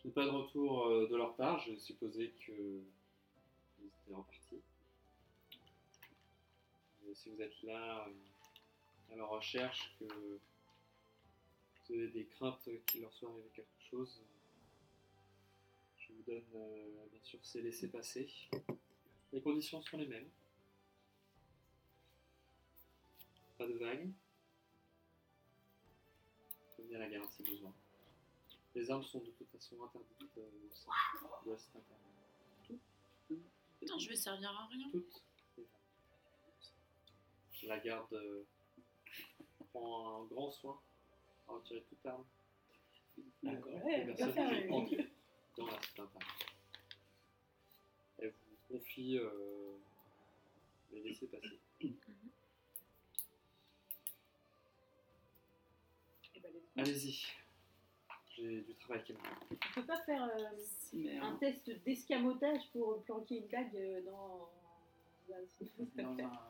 Speaker 1: Je n'ai pas de retour euh, de leur part, j'ai supposé que ils étaient repartis. Et si vous êtes là euh, à leur recherche, que vous avez des craintes qu'il leur soit arrivé quelque chose, je vous donne euh, bien sûr ces laissés-passer. Les conditions sont les mêmes. Pas de vagues. Pas de donner la garde si besoin. Les armes sont de toute façon interdites euh, au sein de la cité intérieure.
Speaker 4: Putain, je vais servir à rien.
Speaker 1: Toutes les armes. La garde euh, prend un grand soin à retirer toute arme
Speaker 3: D'accord.
Speaker 1: des
Speaker 2: Ouais, bien
Speaker 1: personnes
Speaker 2: faire
Speaker 1: qui
Speaker 2: une-
Speaker 1: entrent dans la cité intérieure. Elle vous confie euh, les laisser passer.
Speaker 2: Eh ben, les-
Speaker 1: Allez-y, j'ai du travail qui m'attend.
Speaker 2: On peut pas faire euh,
Speaker 3: Si, mais
Speaker 2: un
Speaker 3: hein,
Speaker 2: test d'escamotage pour planquer une bague euh, dans.
Speaker 3: dans un- dans
Speaker 2: dans-
Speaker 3: un-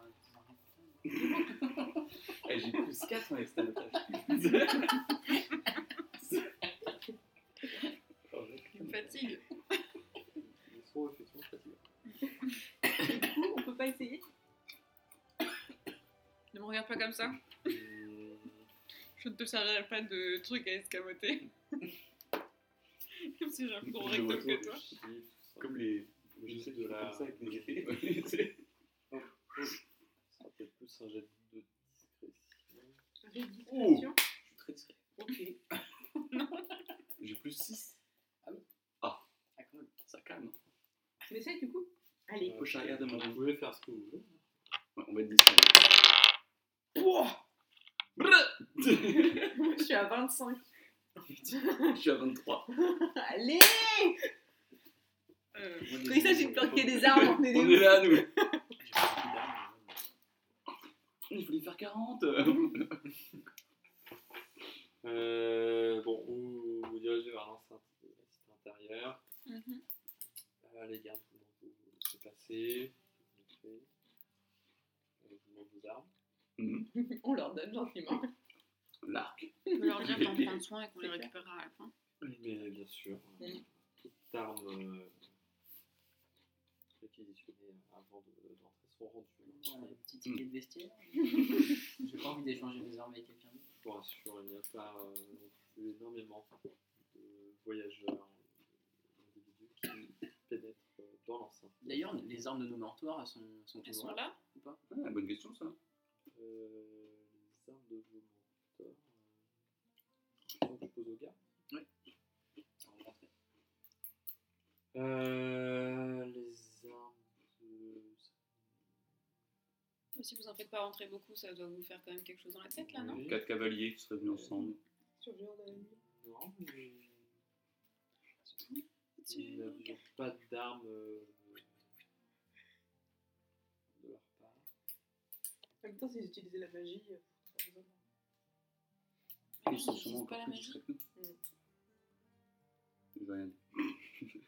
Speaker 6: Eh, j'ai plus 4 en extérieur.
Speaker 4: Il me fatigue.
Speaker 1: Ils sont effectivement fatigués.
Speaker 2: Du coup, on peut pas essayer
Speaker 4: Ne me regarde pas comme ça. Je ne te servirai pas de trucs à escamoter. comme si j'ai un plus gros
Speaker 6: Je
Speaker 4: rectum que
Speaker 6: retourne,
Speaker 4: toi.
Speaker 6: je dis, Comme les.
Speaker 1: Je sais
Speaker 6: de
Speaker 1: de la-
Speaker 6: la.
Speaker 2: E.
Speaker 6: épées.
Speaker 1: Ça sera peut-être plus un jet de discrétion.
Speaker 6: Oh
Speaker 2: Discrétion.
Speaker 6: Je suis très discret.
Speaker 2: Ok.
Speaker 6: J'ai plus 6.
Speaker 3: Ah, quand même.
Speaker 6: Ça calme. hein.
Speaker 2: Tu l'essayes du coup
Speaker 1: Euh,
Speaker 2: Allez.
Speaker 6: Faut que je regarde mon-
Speaker 1: Vous pouvez faire ce que vous voulez.
Speaker 6: Ouais, on va être discret. Brrr
Speaker 2: Je suis à 25.
Speaker 6: Je suis à 23.
Speaker 2: Allez
Speaker 4: Euh,
Speaker 2: Quand il s'agit de planquer des armes, on est des
Speaker 6: là, nous. Il faut les faire 40.
Speaker 1: Euh, bon, vous vous dirigez vers l'enceinte de la cité intérieure.
Speaker 4: mhm.
Speaker 1: Euh, les gardes vous demandent de vous laisser passer. Vous entrez. Euh, Ils vous demandent vos armes.
Speaker 11: On leur donne gentiment.
Speaker 6: L'arc.
Speaker 4: On peut leur dire d'en prendre soin et qu'on les récupérera à la fin.
Speaker 1: Mais bien sûr, euh, toute arme euh, réquisitionnée avant de- d'entrer sont rendues.
Speaker 3: Voilà, le
Speaker 6: Mm.
Speaker 3: petit ticket de vestiaire. J'ai pas envie d'échanger mes armes avec quelqu'un d'autre.
Speaker 1: Je vous rassure, il n'y a pas euh, non plus énormément de voyageurs, d'individus qui pénètrent euh, dans l'enceinte.
Speaker 3: D'ailleurs, les armes de nos mortoires sont, sont
Speaker 4: Elles
Speaker 3: toujours
Speaker 4: sont
Speaker 3: là
Speaker 4: là
Speaker 3: ou pas
Speaker 6: Ah, bonne question, ça.
Speaker 1: Euh, les armes de vos mentors. euh, donc je pose au gars.
Speaker 3: Ça va rentrer.
Speaker 1: Euh, les armes de.
Speaker 4: Si vous en faites pas rentrer beaucoup, ça doit vous faire quand même quelque chose dans la tête là, non
Speaker 1: Oui.
Speaker 6: Quatre cavaliers qui seraient venus ensemble.
Speaker 2: Sur le jour de la nuit.
Speaker 1: Non, mais. Ils n'avaient pas d'armes euh, de leur part.
Speaker 2: En même temps, s'ils utilisaient la magie, euh, pas besoin.
Speaker 4: Ah,
Speaker 6: Ils
Speaker 4: Ils
Speaker 6: sont sûrement
Speaker 4: n'utilisent pas
Speaker 6: encore
Speaker 4: la
Speaker 6: plus
Speaker 4: magie.
Speaker 6: discrets que nous. Ils ont rien dit.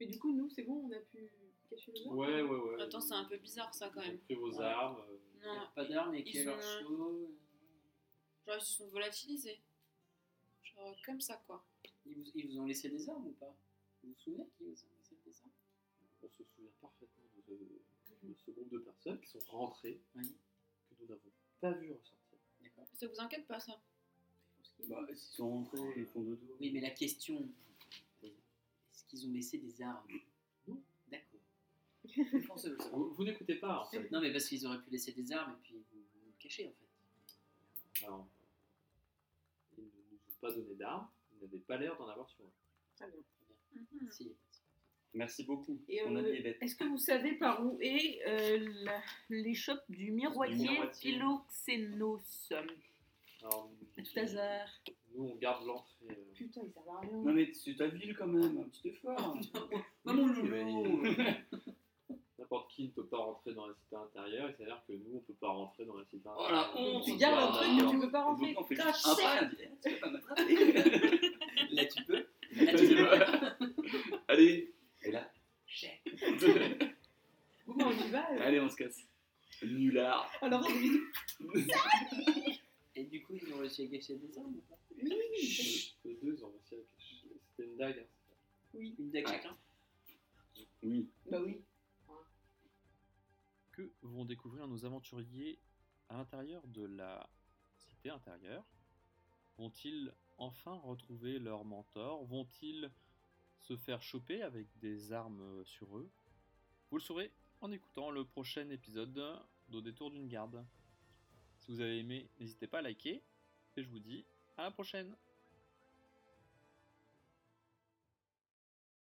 Speaker 2: Mais du coup, nous, c'est bon, on a pu cacher le mort
Speaker 1: Ouais, ouais, ouais.
Speaker 4: Attends, c'est un peu bizarre ça
Speaker 1: Ils
Speaker 4: quand
Speaker 1: ont
Speaker 4: même.
Speaker 1: pris vos
Speaker 3: Ouais.
Speaker 1: armes. euh,
Speaker 4: Non,
Speaker 3: Pas d'armes et
Speaker 4: Ils
Speaker 3: quel est leur
Speaker 4: ont-
Speaker 3: chaud
Speaker 4: genre ils se sont volatilisés. Genre comme ça quoi.
Speaker 3: Ils vous, ils vous ont laissé des armes ou pas Vous vous souvenez qu'ils vous ont laissé des armes
Speaker 1: on se souvient parfaitement de, de- de ce groupe de personnes qui sont rentrées,
Speaker 3: Oui.
Speaker 1: que nous n'avons pas vu ressortir.
Speaker 3: D'accord.
Speaker 4: Ça vous inquiète pas ça
Speaker 6: Bah, s'ils sont rentrés, ils font dodo.
Speaker 3: Oui, mais la question, est-ce qu'ils ont laissé des armes Non. D'accord. Je pensais le savoir.
Speaker 1: Vous, vous n'écoutez pas,
Speaker 6: Ah,
Speaker 1: hein. en fait.
Speaker 3: Non, mais parce qu'ils auraient pu laisser des armes et puis vous, vous le cachez en fait.
Speaker 1: Alors, ils ne nous ont pas donné d'armes, ils n'avaient pas l'air d'en avoir sur eux.
Speaker 2: Très bien.
Speaker 4: Mhm.
Speaker 3: Si.
Speaker 6: Merci beaucoup.
Speaker 2: Et,
Speaker 6: On a
Speaker 2: euh,
Speaker 6: dit les bêtes.
Speaker 2: Est-ce que vous savez par où est euh, la- l'échoppe du
Speaker 6: Du
Speaker 2: miroitier
Speaker 6: miroitier.
Speaker 2: Philoxénos
Speaker 1: Alors,
Speaker 2: Tout hasard.
Speaker 1: nous, on garde l'entrée. euh,
Speaker 2: Putain, ils savent rien.
Speaker 6: Non, mais c'est ta ville quand même, un petit effort.
Speaker 3: Maman
Speaker 1: N'importe qui ne peut pas rentrer dans la cité intérieure, et ça veut dire que nous, on ne peut pas rentrer dans la cité
Speaker 6: Oh
Speaker 1: intérieure.
Speaker 6: la honte
Speaker 2: Tu gardes un
Speaker 6: Ah,
Speaker 2: truc
Speaker 6: non.
Speaker 2: que tu peux pas
Speaker 6: On
Speaker 2: rentrer.
Speaker 6: fait- on fait
Speaker 2: Crache
Speaker 6: juste un pas,
Speaker 2: sec.
Speaker 6: on dit, Eh, tu peux pas m'attraper.
Speaker 3: Là tu peux. Là tu peux.
Speaker 6: Vas-y, va. Allez. Et là.
Speaker 3: J'ai.
Speaker 2: Bon, on y va. euh.
Speaker 6: Allez, on se casse. Nulard.
Speaker 2: Alors, on dit
Speaker 3: Et du coup, ils ont réussi à cacher des armes ou pas
Speaker 1: Chut, Les deux, ils ont réussi à cacher. C'était une dague. hein.
Speaker 2: oui.
Speaker 3: Une dague
Speaker 6: Ouais.
Speaker 3: chacun
Speaker 6: Oui.
Speaker 2: Bah oui.
Speaker 12: Que vont découvrir nos aventuriers à l'intérieur de la cité intérieure Vont-ils enfin retrouver leur mentor Vont-ils se faire choper avec des armes sur eux Vous le saurez en écoutant le prochain épisode d'Au détour d'une garde. Si vous avez aimé, n'hésitez pas à liker et je vous dis
Speaker 1: À la prochaine